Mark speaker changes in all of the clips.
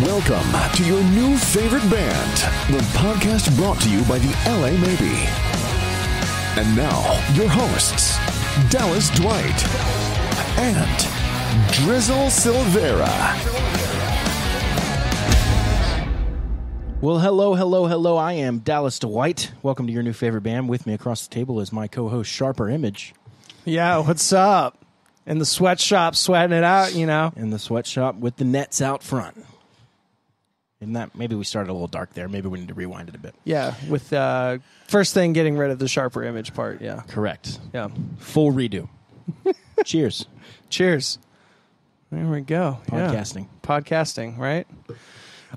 Speaker 1: Welcome to your new favorite band, the podcast brought to you by the LA Maybe. And now, your hosts, Dallas Dwight and Drizzle Silvera.
Speaker 2: Well, hello, hello, hello. I am Dallas Dwight. Welcome to your new favorite band. With me across the table is my co-host Sharper Image
Speaker 3: Yeah, what's up? In the sweatshop, sweating it out, you know.
Speaker 2: in the sweatshop with the nets out front. And that maybe we started a little dark there. Maybe we need to rewind it a bit.
Speaker 3: Yeah, with uh, first thing getting rid of the sharper image part. Yeah,
Speaker 2: Correct.
Speaker 3: yeah.
Speaker 2: Full redo. Cheers.
Speaker 3: Cheers. There we go. Yeah.
Speaker 2: Podcasting.
Speaker 3: Podcasting, right?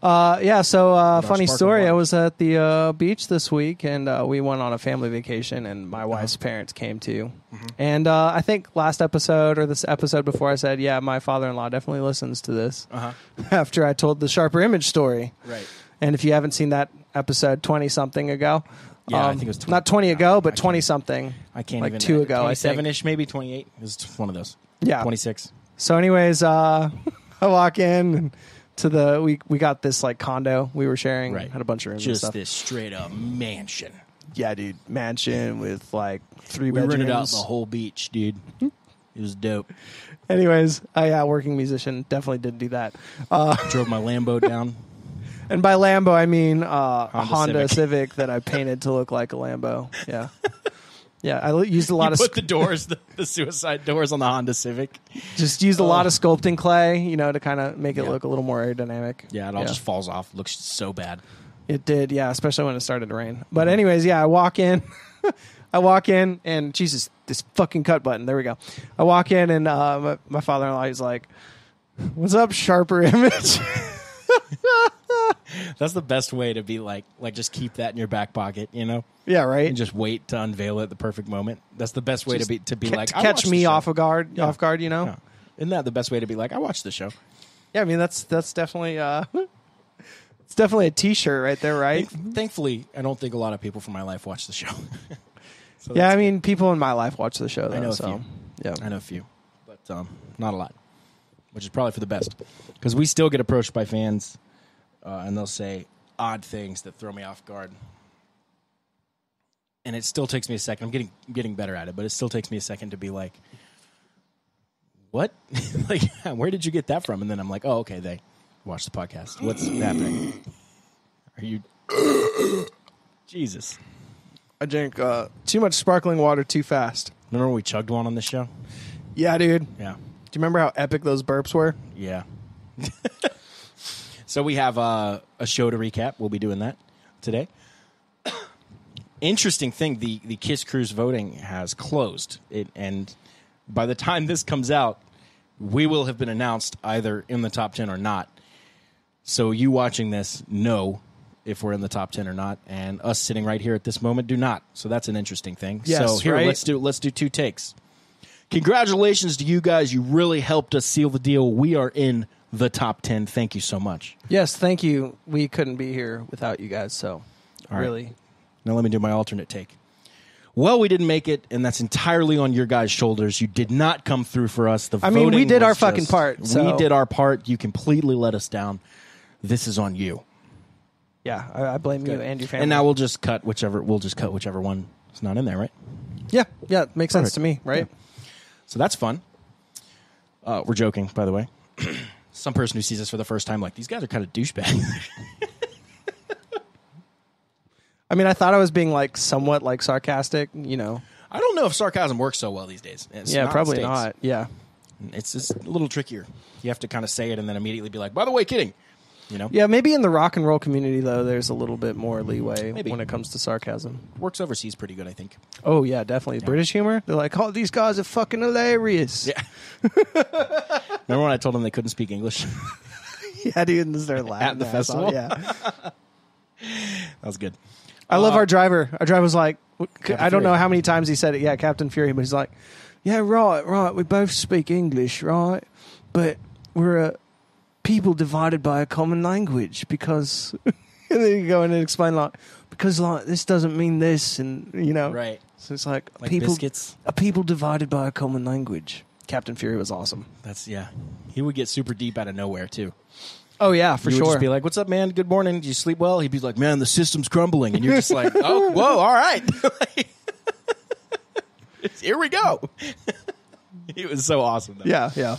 Speaker 3: Uh, yeah. So, uh, funny
Speaker 2: sparkling
Speaker 3: story. I
Speaker 2: wine.
Speaker 3: was at the uh, beach this week, and uh, we went on a family vacation, and
Speaker 2: Uh-huh.
Speaker 3: my wife's parents came too.
Speaker 2: Mm-hmm.
Speaker 3: And uh, I think last episode or this episode before, I said, "Yeah, my father-in-law definitely listens to this."
Speaker 2: Uh-huh.
Speaker 3: After I told the sharper image story,
Speaker 2: Right.
Speaker 3: And if you haven't seen that episode 20 something ago, um,
Speaker 2: Yeah, I think it was 20
Speaker 3: not 20
Speaker 2: I
Speaker 3: ago, but
Speaker 2: can't-
Speaker 3: 20 something.
Speaker 2: I can't
Speaker 3: like
Speaker 2: even
Speaker 3: two ago, I think.
Speaker 2: Seven ish, maybe twenty eight. Is one of those.
Speaker 3: Yeah.
Speaker 2: Twenty six.
Speaker 3: So, anyways, uh, I walk in to the, we, we got this like condo we were sharing,
Speaker 2: Right.
Speaker 3: had a bunch of rooms and
Speaker 2: Just
Speaker 3: stuff.
Speaker 2: this straight up mansion.
Speaker 3: Yeah, dude, mansion with like three
Speaker 2: We
Speaker 3: bedrooms.
Speaker 2: rented out the whole beach, dude.
Speaker 3: Hmm?
Speaker 2: It was dope.
Speaker 3: Anyways, I, yeah, working musician, definitely didn't do that. Uh,
Speaker 2: Drove my Lambo down.
Speaker 3: and by Lambo, I mean uh, a
Speaker 2: Honda
Speaker 3: Honda
Speaker 2: Civic.
Speaker 3: Civic. that I painted to look like a Lambo. Yeah. Yeah, I l- used a lot of
Speaker 2: put
Speaker 3: sc-
Speaker 2: the doors, the, the suicide doors on the Honda Civic.
Speaker 3: just used a lot of sculpting clay, you know, to kind of make it
Speaker 2: Oh. Yeah.
Speaker 3: look a little more aerodynamic.
Speaker 2: Yeah, it all just falls off. Looks so bad.
Speaker 3: It did, yeah, especially when it started to rain.
Speaker 2: Mm-hmm.
Speaker 3: But anyways, yeah, I walk in, I walk in, and Jesus, this fucking cut button. There we go. I walk in, and uh, my, my father-in-law is like, "What's up, sharper image?"
Speaker 2: That's the best way to be like, like just keep that in your back pocket, you know,
Speaker 3: yeah, right.
Speaker 2: and just wait to unveil it at the perfect moment. That's the best way to
Speaker 3: Just
Speaker 2: be to be
Speaker 3: ca-
Speaker 2: like
Speaker 3: to
Speaker 2: "I watched
Speaker 3: catch
Speaker 2: the
Speaker 3: me
Speaker 2: show."
Speaker 3: off a guard, off guard. You know?
Speaker 2: Yeah. Isn't that the best way to be like, I watched the show?
Speaker 3: Yeah, I mean that's that's definitely uh, it's definitely a T-shirt right there, right?
Speaker 2: Thankfully, I don't think a lot of people from my life watch the show. so
Speaker 3: Yeah, I
Speaker 2: that's-
Speaker 3: mean people in my life watch the show. Though,
Speaker 2: I know a
Speaker 3: so.
Speaker 2: few.
Speaker 3: Yeah.
Speaker 2: I know a few, but um, not a lot, which is probably for the best because we still get approached by fans uh, and they'll say odd things that throw me off guard. And it still takes me a second. I'm getting getting better at it, but it still takes me a second to be like, "What? like, where did you get that from?" And then I'm like, "Oh, okay, they watch the podcast. What's happening? Are you Jesus?
Speaker 3: I drink uh, too much sparkling water too fast.
Speaker 2: Remember when we chugged one on this show?
Speaker 3: Yeah, dude.
Speaker 2: Yeah,
Speaker 3: Do you remember how epic those burps were?
Speaker 2: Yeah. so we have uh, a show to recap. We'll be doing that today. Interesting thing: the the Kiss Cruise voting has closed, it, and by the time this comes out, we will have been announced either in the top ten or not. So you watching this know if we're in the top ten or not, and us sitting right here at this moment do not. So that's an interesting thing.
Speaker 3: Yes,
Speaker 2: so here
Speaker 3: right?
Speaker 2: let's do let's do two takes. Congratulations to you guys. You really helped us seal the deal. We are in the top 10. Thank you so much.
Speaker 3: Yes, thank you. We couldn't be here without you guys, so
Speaker 2: All right.
Speaker 3: really.
Speaker 2: Now let me do my alternate take. Well, we didn't make it, and that's entirely on your guys' shoulders. You did not come through for us. The
Speaker 3: I mean, we
Speaker 2: voting
Speaker 3: did
Speaker 2: was
Speaker 3: our fucking
Speaker 2: just-
Speaker 3: part, so-
Speaker 2: We did our part. You completely let us down. This is on you.
Speaker 3: Yeah, I, I blame you and your family.
Speaker 2: And now we'll just cut whichever. We'll just cut whichever one is not in there, right?
Speaker 3: yeah, yeah, it makes sense to me, right?
Speaker 2: So that's fun. Uh, we're joking, by the way. Some person who sees us for the first time, like these guys are kind of douchebags.
Speaker 3: I mean, I thought I was being like somewhat like sarcastic, you know.
Speaker 2: I don't know if sarcasm works so well these days. It's
Speaker 3: yeah,
Speaker 2: not
Speaker 3: probably
Speaker 2: States.
Speaker 3: not. Yeah.
Speaker 2: It's just a little trickier. You have to kind of say it and then immediately be like, "By the way, kidding." You know,
Speaker 3: Yeah, maybe in the rock and roll community though, there's a little bit more leeway
Speaker 2: Maybe.
Speaker 3: when it comes to sarcasm.
Speaker 2: works overseas pretty good, I think.
Speaker 3: Oh yeah, definitely. British humor. They're like, "Oh, these guys are fucking hilarious."
Speaker 2: Yeah. Remember when I told them they couldn't speak English?
Speaker 3: yeah dude, and they're laughing
Speaker 2: the
Speaker 3: their ass off.
Speaker 2: festival?
Speaker 3: Yeah.
Speaker 2: that was good.
Speaker 3: I love our driver. Our driver was like, I
Speaker 2: Uh,
Speaker 3: don't
Speaker 2: Fury.
Speaker 3: know how many times he said it. Yeah, Captain Fury, but he's like, yeah, right, right. We both speak English, right? But we're a people divided by a common language because. and then you go in and explain, like, because, like, this doesn't mean this, and, you know.
Speaker 2: Right.
Speaker 3: So it's like,
Speaker 2: Like
Speaker 3: people,
Speaker 2: biscuits.
Speaker 3: a people divided by a common language. Captain Fury was awesome.
Speaker 2: That's yeah. He would get super deep out of nowhere too.
Speaker 3: Oh yeah, for
Speaker 2: you would
Speaker 3: sure.
Speaker 2: just be like, "What's up, man? Good morning. Do you sleep well?" He'd be like, "Man, the system's crumbling," and you're just like, "Oh, whoa, all right, here we go." it was so awesome. Though.
Speaker 3: yeah, yeah.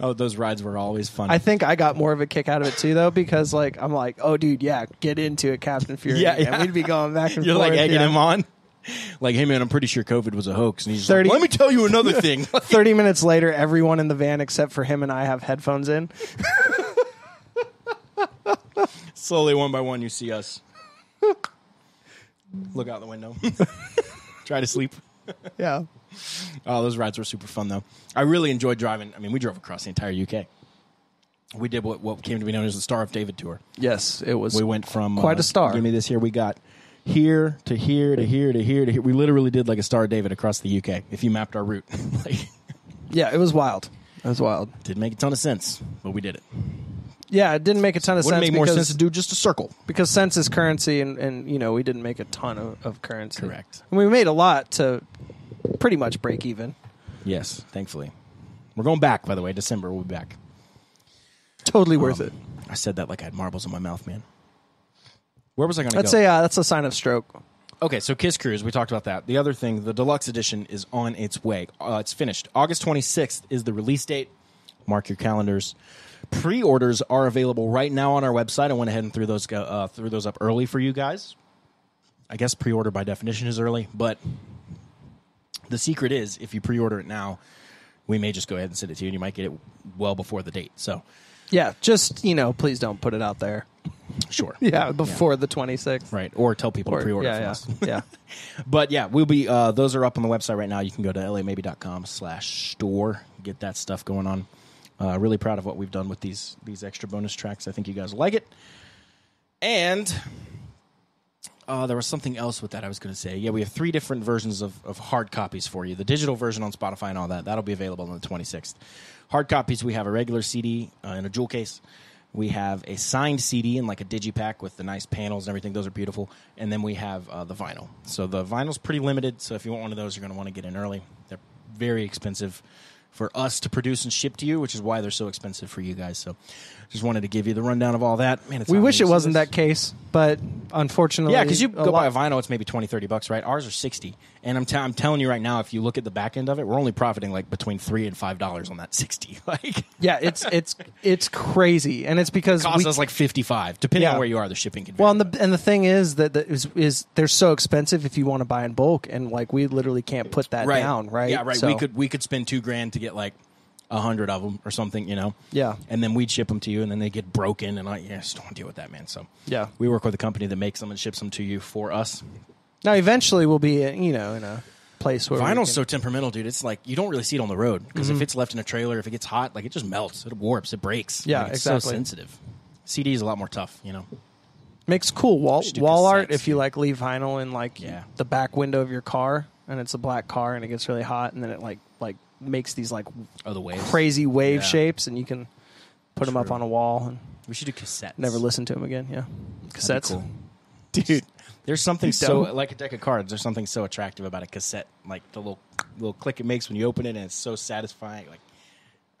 Speaker 2: Oh, those rides were always fun.
Speaker 3: I think I got more of a kick out of it too, though, because like I'm like, oh, dude, yeah, get into it, Captain Fury.
Speaker 2: Yeah,
Speaker 3: Yeah,
Speaker 2: yeah.
Speaker 3: And we'd be going back and
Speaker 2: you're
Speaker 3: forth.
Speaker 2: like egging
Speaker 3: yeah.
Speaker 2: him on. Like, hey man, I'm pretty sure COVID was a hoax. And he's just
Speaker 3: 30
Speaker 2: like, let me tell you another thing.
Speaker 3: Thirty minutes later, everyone in the van except for him and I have headphones in.
Speaker 2: Slowly, one by one, you see us. Look out the window. Try to sleep.
Speaker 3: Yeah,
Speaker 2: Oh, those rides were super fun though. I really enjoyed driving. I mean, we drove across the entire UK. We did what, what came to be known as the Star of David tour.
Speaker 3: yes, it was.
Speaker 2: We went from uh,
Speaker 3: Quite a star.
Speaker 2: Give me this here. We got here to here to here to here to here. We literally did like a Star of David across the UK. If you mapped our route, like,
Speaker 3: Yeah, it was wild. It was wild.
Speaker 2: didn't make a ton of sense, but we did it.
Speaker 3: Yeah, it didn't make a ton of
Speaker 2: Would it
Speaker 3: sense
Speaker 2: make more
Speaker 3: because
Speaker 2: sense to do just a circle?
Speaker 3: because sense is currency, and and you know we didn't make a ton of, of currency.
Speaker 2: Correct.
Speaker 3: And we made a lot to pretty much break even.
Speaker 2: Yes, thankfully. We're going back, by the way. December, we'll be back.
Speaker 3: Totally worth it.
Speaker 2: I said that like I had marbles in my mouth, man. Where was I going to go?
Speaker 3: That's a uh, that's a sign of stroke.
Speaker 2: Okay, so Kiss Cruise, we talked about that. The other thing, the deluxe edition is on its way. Uh, it's finished. August 26th is the release date. Mark your calendars. Pre-orders are available right now on our website. I went ahead and threw those go- uh, threw those up early for you guys. I guess pre-order by definition is early, but the secret is if you pre-order it now, we may just go ahead and send it to you, and you might get it well before the date. So,
Speaker 3: Yeah, just you know, please don't put it out there.
Speaker 2: sure,
Speaker 3: Yeah, before the twenty sixth.
Speaker 2: right, or tell people to pre-order from
Speaker 3: yeah,
Speaker 2: us.
Speaker 3: yeah, yeah.
Speaker 2: But yeah, we'll be uh, those are up on the website right now. You can go to lamaybe.com slash store, get that stuff going on. Uh, really proud of what we've done with these these extra bonus tracks. I think you guys will like it. And uh, there was something else with that I was going to say. Yeah, we have three different versions of, of hard copies for you. The digital version on Spotify and all that that'll be available on the 26th. Hard copies we have a regular CD uh, in a jewel case. We have a signed CD in like a digipack with the nice panels and everything. Those are beautiful. And then we have uh, the vinyl. So the vinyl's pretty limited. So if you want one of those, you're going to want to get in early. They're very expensive for us to produce and ship to you, which is why they're so expensive for you guys. So just wanted to give you the rundown of all that. Man, it's
Speaker 3: We
Speaker 2: not
Speaker 3: wish
Speaker 2: many
Speaker 3: it wasn't
Speaker 2: CDs.
Speaker 3: that case, but unfortunately,
Speaker 2: Yeah, because you go buy
Speaker 3: lot-
Speaker 2: a vinyl, it's maybe 20, 30 bucks, right? Ours are 60. And I'm, t- I'm telling you right now, if you look at the back end of it, we're only profiting like between 3 and $5 on that 60. Like,
Speaker 3: Yeah, it's it's it's crazy, and it's because
Speaker 2: costs
Speaker 3: we,
Speaker 2: us like 55 depending
Speaker 3: Yeah.
Speaker 2: on where you are, the shipping can vary.
Speaker 3: well, and the and the thing is that, that is is they're so expensive if you want to buy in bulk, and like we literally can't put that down, right?
Speaker 2: Yeah, right.
Speaker 3: So-
Speaker 2: We could we could spend two grand to get like a hundred of them or something, you know.
Speaker 3: Yeah.
Speaker 2: and then we'd ship them to you, and then they get broken, and I yeah, just don't want to deal with that, man. So
Speaker 3: Yeah.
Speaker 2: we work with a company that makes them and ships them to you for us.
Speaker 3: now eventually we'll be uh, you know in a place where we
Speaker 2: Vinyl's
Speaker 3: can- Mm-hmm.
Speaker 2: so temperamental, dude. It's like you don't really see it on the road because if it's left in a trailer, if it gets hot, like it just melts, it warps, it breaks.
Speaker 3: Yeah,
Speaker 2: Like, it's so
Speaker 3: exactly.
Speaker 2: sensitive. CD is a lot more tough, you know.
Speaker 3: makes cool wall
Speaker 2: Should do
Speaker 3: wall art
Speaker 2: cassettes,
Speaker 3: if you
Speaker 2: dude.
Speaker 3: like leave vinyl in like
Speaker 2: Yeah.
Speaker 3: the back window of your car, and it's a black car, and it gets really hot, and then it like like makes these like
Speaker 2: Oh, the waves.
Speaker 3: crazy wave
Speaker 2: Yeah.
Speaker 3: shapes, and you can put them up
Speaker 2: True.
Speaker 3: on a wall and
Speaker 2: We should do cassettes.
Speaker 3: never listen to them again. Yeah,
Speaker 2: That'd
Speaker 3: cassettes.
Speaker 2: be cool. dude. There's something so
Speaker 3: dumb.
Speaker 2: like a deck of cards. There's something so attractive about a cassette, like the little little click it makes when you open it, and it's so satisfying. Like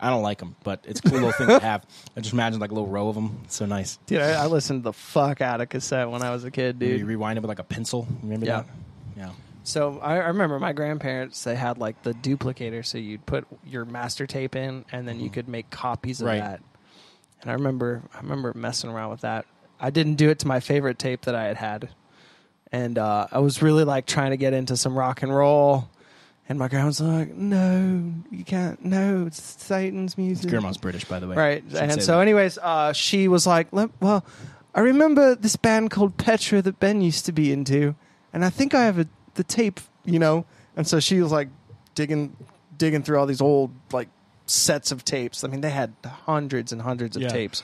Speaker 2: I don't like them, but it's a cool little thing to have. I just imagine like a little row of them. It's so nice.
Speaker 3: Dude, I, I listened to the fuck out of cassette when I was a kid,
Speaker 2: You
Speaker 3: dude.
Speaker 2: rewind it with like a pencil. Remember
Speaker 3: Yeah.
Speaker 2: that? Yeah.
Speaker 3: So I, I remember my grandparents they had like the duplicator, so you'd put your master tape in, and then you could make copies of
Speaker 2: Mm-hmm. Right.
Speaker 3: that. And I remember, I remember messing around with that. I didn't do it to my favorite tape that I had had, and uh, I was really like trying to get into some rock and roll. And my grandma's like, "No, you can't. No, it's Satan's music."
Speaker 2: Grandma's British, by the way.
Speaker 3: Right.
Speaker 2: Should
Speaker 3: And
Speaker 2: say
Speaker 3: so,
Speaker 2: that.
Speaker 3: anyways, uh, she was like, "Lem- well, I remember this band called Petra that Ben used to be into, and I think I have a, the tape, you know. And so she was like digging, digging through all these old like sets of tapes. I mean, they had hundreds and hundreds of
Speaker 2: Yeah.
Speaker 3: tapes.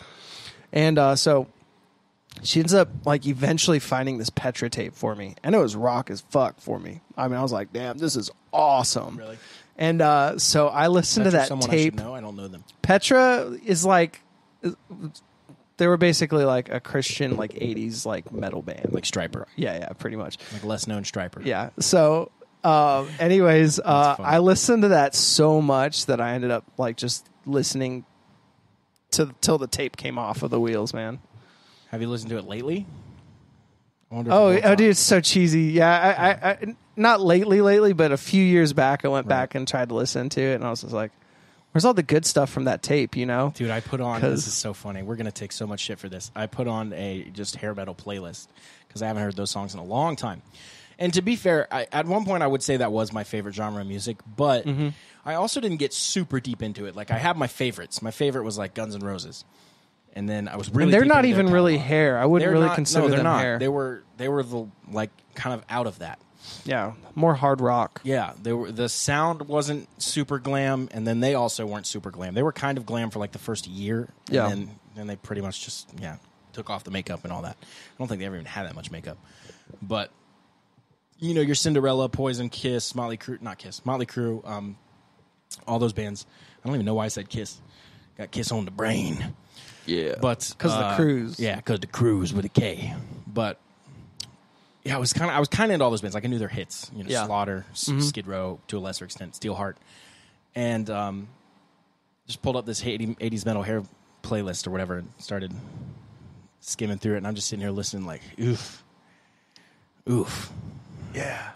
Speaker 3: And uh, so she ends up like eventually finding this Petra tape for me, and it was rock as fuck for me. I mean, I was like, damn, this is awesome.
Speaker 2: Really?
Speaker 3: And uh, so I listened
Speaker 2: After
Speaker 3: to that
Speaker 2: someone I
Speaker 3: tape.
Speaker 2: should know. I don't know them.
Speaker 3: Petra is like they were basically like a Christian like 80s like metal band.
Speaker 2: Like Striper,
Speaker 3: yeah, yeah, pretty much.
Speaker 2: like less known Striper.
Speaker 3: Yeah. So um anyways, uh
Speaker 2: funny.
Speaker 3: I listened to that so much that I ended up like just listening to, till the tape came off of the wheels, man.
Speaker 2: Have you listened to it lately? I wonder if
Speaker 3: Oh,
Speaker 2: it will
Speaker 3: oh,
Speaker 2: come.
Speaker 3: dude, it's so cheesy. Yeah, I, I, I, not lately, lately, but a few years back, I went back and tried to listen to it, and I was just like, "Where's all the good stuff from that tape?" You know?
Speaker 2: Dude, I put on. This
Speaker 3: 'Cause-
Speaker 2: is so funny. We're gonna take so much shit for this. I put on a just hair metal playlist because I haven't heard those songs in a long time. And to be fair, I, at one point I would say that was my favorite genre of music, but
Speaker 3: Mm-hmm.
Speaker 2: I also didn't get super deep into it. Like I have my favorites. My favorite was like Guns N' Roses, and then I was really.
Speaker 3: And they're
Speaker 2: deep
Speaker 3: not
Speaker 2: into their
Speaker 3: even really
Speaker 2: catalog.
Speaker 3: hair. I wouldn't
Speaker 2: They're
Speaker 3: really
Speaker 2: not-
Speaker 3: consider
Speaker 2: no, they're
Speaker 3: them
Speaker 2: not.
Speaker 3: hair.
Speaker 2: They were they were the like kind of out of that.
Speaker 3: yeah, more hard rock.
Speaker 2: Yeah, they were. The sound wasn't super glam, and then they also weren't super glam. They were kind of glam for like the first year. and
Speaker 3: Yeah.
Speaker 2: then, then they pretty much just yeah took off the makeup and all that. I don't think they ever even had that much makeup, but you know your Cinderella, Poison, Kiss, Motley Crue, not Kiss, Motley Crue, um, all those bands. I don't even know why I said Kiss. Got Kiss on the brain,
Speaker 3: Yeah,
Speaker 2: but uh,
Speaker 3: 'Cause of the cruise.
Speaker 2: Yeah, because the cruise with a K, but. Yeah, I was kind of I was kind of into all those bands. Like I knew their hits, you know,
Speaker 3: Yeah. Mm-hmm.
Speaker 2: Slaughter, S- Skid Row, to a lesser extent, Steelheart, and um, just pulled up this 80, 80s metal hair playlist or whatever, and started skimming through it. And I'm just sitting here listening, like, oof, oof.
Speaker 3: yeah,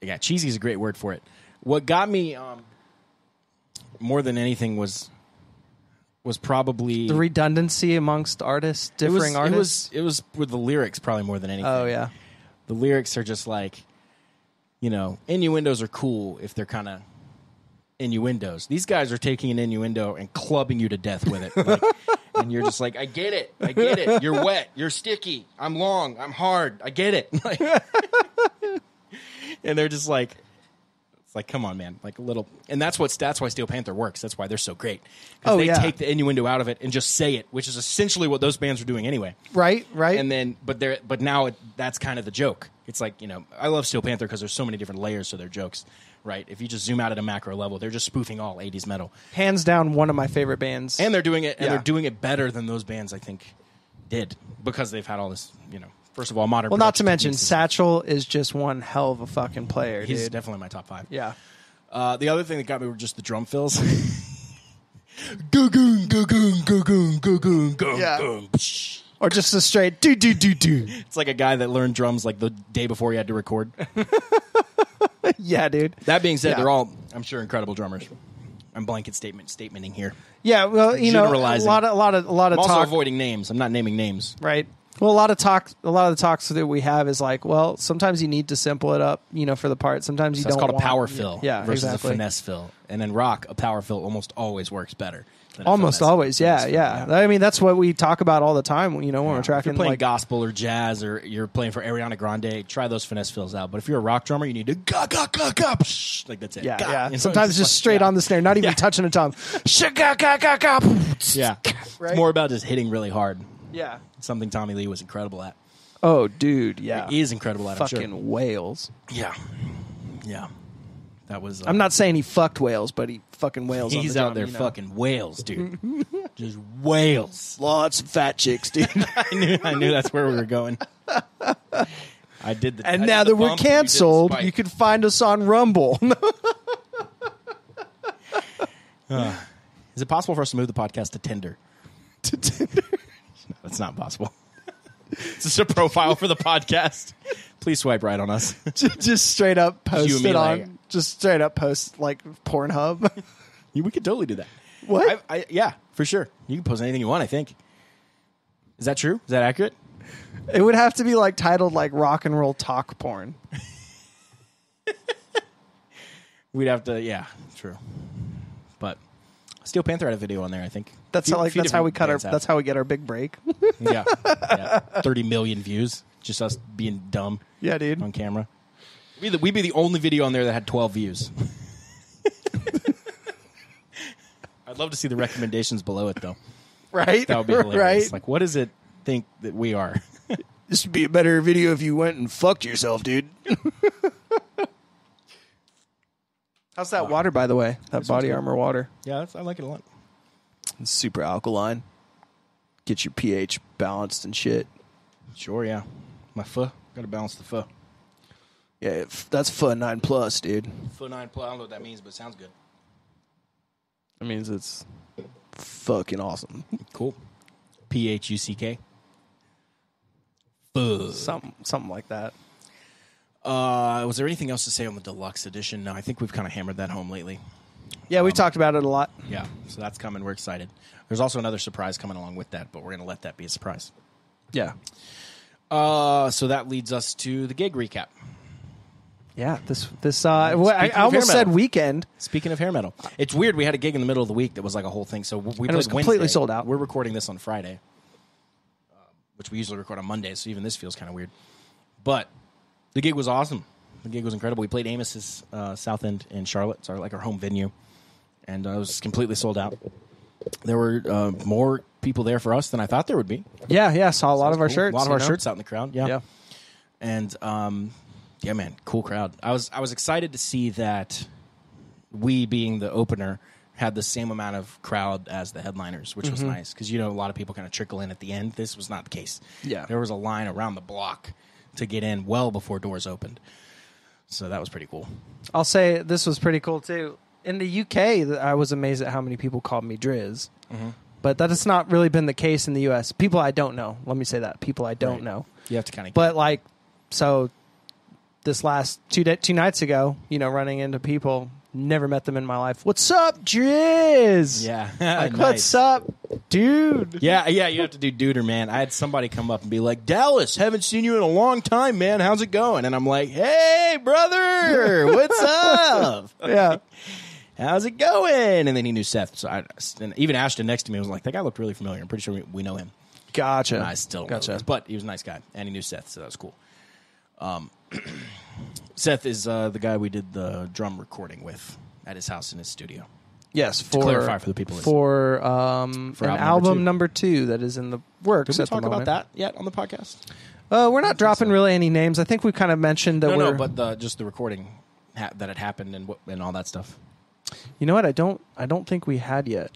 Speaker 2: Yeah, cheesy is a great word for it. What got me um, more than anything was was probably
Speaker 3: the redundancy amongst artists,
Speaker 2: it
Speaker 3: differing
Speaker 2: was, it
Speaker 3: artists.
Speaker 2: was it was with the lyrics probably more than anything.
Speaker 3: oh yeah,
Speaker 2: the lyrics are just like you know innuendos are cool if they're kind of innuendos these guys are taking an innuendo and clubbing you to death with it like, and you're just like i get it i get it you're wet you're sticky i'm long i'm hard i get it like, and they're just like it's like come on man like a little and that's what that's why steel panther works that's why they're so great 'Cause
Speaker 3: Oh,
Speaker 2: they
Speaker 3: yeah.
Speaker 2: take the innuendo out of it and just say it which is essentially what those bands were doing anyway
Speaker 3: right, right.
Speaker 2: and then but there but now it, that's kind of the joke it's like you know i love steel panther because there's so many different layers to their jokes right if you just zoom out at a macro level they're just spoofing all 80s metal
Speaker 3: Hands down, one of my favorite bands.
Speaker 2: and they're doing it and
Speaker 3: Yeah.
Speaker 2: they're doing it better than those bands i think did because they've had all this you know first of all modern
Speaker 3: well, not to
Speaker 2: production
Speaker 3: mention
Speaker 2: techniques.
Speaker 3: Satchel is just one hell of a fucking player,
Speaker 2: he's
Speaker 3: dude.
Speaker 2: definitely my top five
Speaker 3: yeah.
Speaker 2: uh, the other thing that got me were just the drum fills Goo goon, goo goon, goo goon, goo goon, goo
Speaker 3: Yeah.
Speaker 2: goon. Psh.
Speaker 3: Or just a straight do do do do.
Speaker 2: It's like a guy that learned drums like the day before he had to record.
Speaker 3: Yeah, dude.
Speaker 2: That being said,
Speaker 3: Yeah.
Speaker 2: they're all, I'm sure, incredible drummers. I'm blanket statement statementing here.
Speaker 3: Yeah, well, you know, a
Speaker 2: Generalizing.
Speaker 3: lot of a lot of a lot of
Speaker 2: I'm also
Speaker 3: talk,
Speaker 2: avoiding names. I'm not naming names.
Speaker 3: right? Well, a lot of talk, a lot of the talks that we have is like, well, sometimes you need to simple it up, you know, for the part. Sometimes you
Speaker 2: That's
Speaker 3: don't.
Speaker 2: called a
Speaker 3: want-
Speaker 2: power fill
Speaker 3: yeah,
Speaker 2: versus
Speaker 3: exactly.
Speaker 2: a finesse fill. And in rock, a power fill almost always works better. than a
Speaker 3: Almost
Speaker 2: finesse-
Speaker 3: always, yeah,
Speaker 2: finesse fill,
Speaker 3: yeah, I mean, that's what we talk about all the time. You know, when we're
Speaker 2: If you're
Speaker 3: tracking
Speaker 2: playing
Speaker 3: like
Speaker 2: gospel or jazz or you're playing for Ariana Grande, try those finesse fills out. But if you're a rock drummer, you need to ga ga ga ga psh, like that's it.
Speaker 3: Yeah,
Speaker 2: Ga.
Speaker 3: yeah.
Speaker 2: You know,
Speaker 3: Sometimes
Speaker 2: it's
Speaker 3: just
Speaker 2: like,
Speaker 3: straight
Speaker 2: yeah.
Speaker 3: on the snare, not even
Speaker 2: Yeah.
Speaker 3: touching a tom. Shaka-ka-ka-ka.
Speaker 2: Yeah,
Speaker 3: Right?
Speaker 2: it's more about just hitting really hard.
Speaker 3: Yeah.
Speaker 2: Something Tommy Lee was incredible at.
Speaker 3: Oh, dude. Yeah.
Speaker 2: He is incredible at. I'm sure.
Speaker 3: fucking whales.
Speaker 2: Yeah, yeah. That was. uh,
Speaker 3: I'm not saying he fucked whales, but he fucking whales. on
Speaker 2: He's
Speaker 3: the
Speaker 2: out
Speaker 3: drum,
Speaker 2: there
Speaker 3: you know?
Speaker 2: fucking whales, dude. Just whales.
Speaker 3: lots of fat chicks, dude.
Speaker 2: I knew, I knew that's where we were going. I did the. I
Speaker 3: and
Speaker 2: did
Speaker 3: now
Speaker 2: the
Speaker 3: that we're
Speaker 2: bump, you did the
Speaker 3: canceled,
Speaker 2: spike.
Speaker 3: you can find us on Rumble.
Speaker 2: Is it possible for us to move the podcast to Tinder?
Speaker 3: To Tinder.
Speaker 2: No, that's not possible. it's just a profile for the podcast. Please swipe right on us.
Speaker 3: just straight up post
Speaker 2: You and me,
Speaker 3: it on.
Speaker 2: like-
Speaker 3: just straight up post like Pornhub.
Speaker 2: we could totally do that.
Speaker 3: What?
Speaker 2: I, I, yeah, for sure. You can post anything you want. I think. Is that true? Is that accurate?
Speaker 3: it would have to be like titled like rock and roll talk porn.
Speaker 2: We'd have to. Yeah, true. But Steel Panther had a video on there. I think
Speaker 3: That's
Speaker 2: Few-
Speaker 3: how like
Speaker 2: few
Speaker 3: that's how we
Speaker 2: different
Speaker 3: cut our
Speaker 2: bands have.
Speaker 3: that's how we get our big break.
Speaker 2: yeah, yeah. 30 million views. Just us being dumb
Speaker 3: yeah, dude.
Speaker 2: on camera. We'd be, the, we'd be the only video on there that had 12 views. I'd love to see the recommendations below it, though.
Speaker 3: Right?
Speaker 2: That would be hilarious.
Speaker 3: right.
Speaker 2: Like, what does it think that we are?
Speaker 3: this would be a better video if you went and fucked yourself, dude. How's that water, by the way? That body armor water.
Speaker 2: Yeah, that's, I like it a lot.
Speaker 3: It's super alkaline. Get your pH balanced and shit.
Speaker 2: Sure, yeah. My pho. Got to balance the pho.
Speaker 3: Yeah, if- that's fun nine plus, dude.
Speaker 2: Pho 9 plus. I don't know what that means, but it sounds good.
Speaker 3: That means it's fucking awesome.
Speaker 2: Cool. P H U C K. Buzz.
Speaker 3: Something, something like that.
Speaker 2: Uh, was there anything else to say on the deluxe edition? No, I think we've kind of hammered that home lately.
Speaker 3: Yeah, we talked about it a lot.
Speaker 2: Yeah, so that's coming. We're excited. There's also another surprise coming along with that, but we're going to let that be a surprise.
Speaker 3: Yeah,
Speaker 2: Uh, so that leads us to the gig recap.
Speaker 3: yeah. This, this. Uh, well, I,
Speaker 2: Speaking
Speaker 3: I
Speaker 2: of
Speaker 3: almost
Speaker 2: hair metal.
Speaker 3: said weekend.
Speaker 2: Speaking of hair metal, it's weird. We had a gig in the middle of the week that was like a whole thing. So we played
Speaker 3: was completely
Speaker 2: Wednesday.
Speaker 3: sold out.
Speaker 2: We're recording this on Friday, uh, which we usually record on Monday. So even this feels kind of weird. But the gig was awesome. The gig was incredible. We played Amos's uh, South End in Charlotte. It's our like our home venue, and uh, it was completely sold out. There were uh, more people there for us than I thought there would be.
Speaker 3: Yeah, yeah. Saw a lot of our
Speaker 2: Cool.
Speaker 3: shirts.
Speaker 2: a lot of
Speaker 3: you
Speaker 2: our
Speaker 3: know?
Speaker 2: shirts out in the crowd. Yeah
Speaker 3: Yeah.
Speaker 2: and um, yeah, man, cool crowd. I was I was excited to see that we being the opener had the same amount of crowd as the headliners, which
Speaker 3: Mm-hmm.
Speaker 2: was nice because you know a lot of people kind of trickle in at the end. This was not the case.
Speaker 3: Yeah.
Speaker 2: there was a line around the block to get in well before doors opened, so that was pretty cool.
Speaker 3: I'll say this was pretty cool too. In the UK, th- I was amazed at how many people called me Driz,
Speaker 2: Mm-hmm.
Speaker 3: but that has not really been the case in the US. People I don't know. Let me say that people I don't
Speaker 2: Right.
Speaker 3: know.
Speaker 2: You have to kind of
Speaker 3: But like, so this last two da two nights ago, you know, running into people, never met them in my life. What's up, Driz?
Speaker 2: yeah,
Speaker 3: Like,
Speaker 2: Nice.
Speaker 3: what's up, dude?
Speaker 2: Yeah, yeah, you have to do duder, man. I had somebody come up and be like, Dallas, haven't seen you in a long time, man. How's it going? And I'm like, hey, brother, what's up?
Speaker 3: Yeah.
Speaker 2: How's it going? And then he knew Seth. So I, and even Ashton next to me was like, that guy looked really familiar. I'm pretty sure we, we know him.
Speaker 3: Gotcha.
Speaker 2: I still don't know
Speaker 3: gotcha.
Speaker 2: this, but he was a nice guy, and he knew Seth, so that was cool. Um, Seth is uh, the guy we did the drum recording with at his house in his studio.
Speaker 3: yes, for
Speaker 2: clarify for the people listening.
Speaker 3: for um
Speaker 2: For
Speaker 3: an
Speaker 2: album
Speaker 3: album
Speaker 2: number
Speaker 3: number two that is in the works.
Speaker 2: Did we
Speaker 3: at the
Speaker 2: talk about
Speaker 3: moment.
Speaker 2: that yet on the podcast?
Speaker 3: Uh, we're not dropping really any names. I think we kind of mentioned that
Speaker 2: No,
Speaker 3: Uh, we're.
Speaker 2: no, but the, just the recording ha- that had happened and what, and all that stuff.
Speaker 3: you know what? I don't. I don't think we had yet.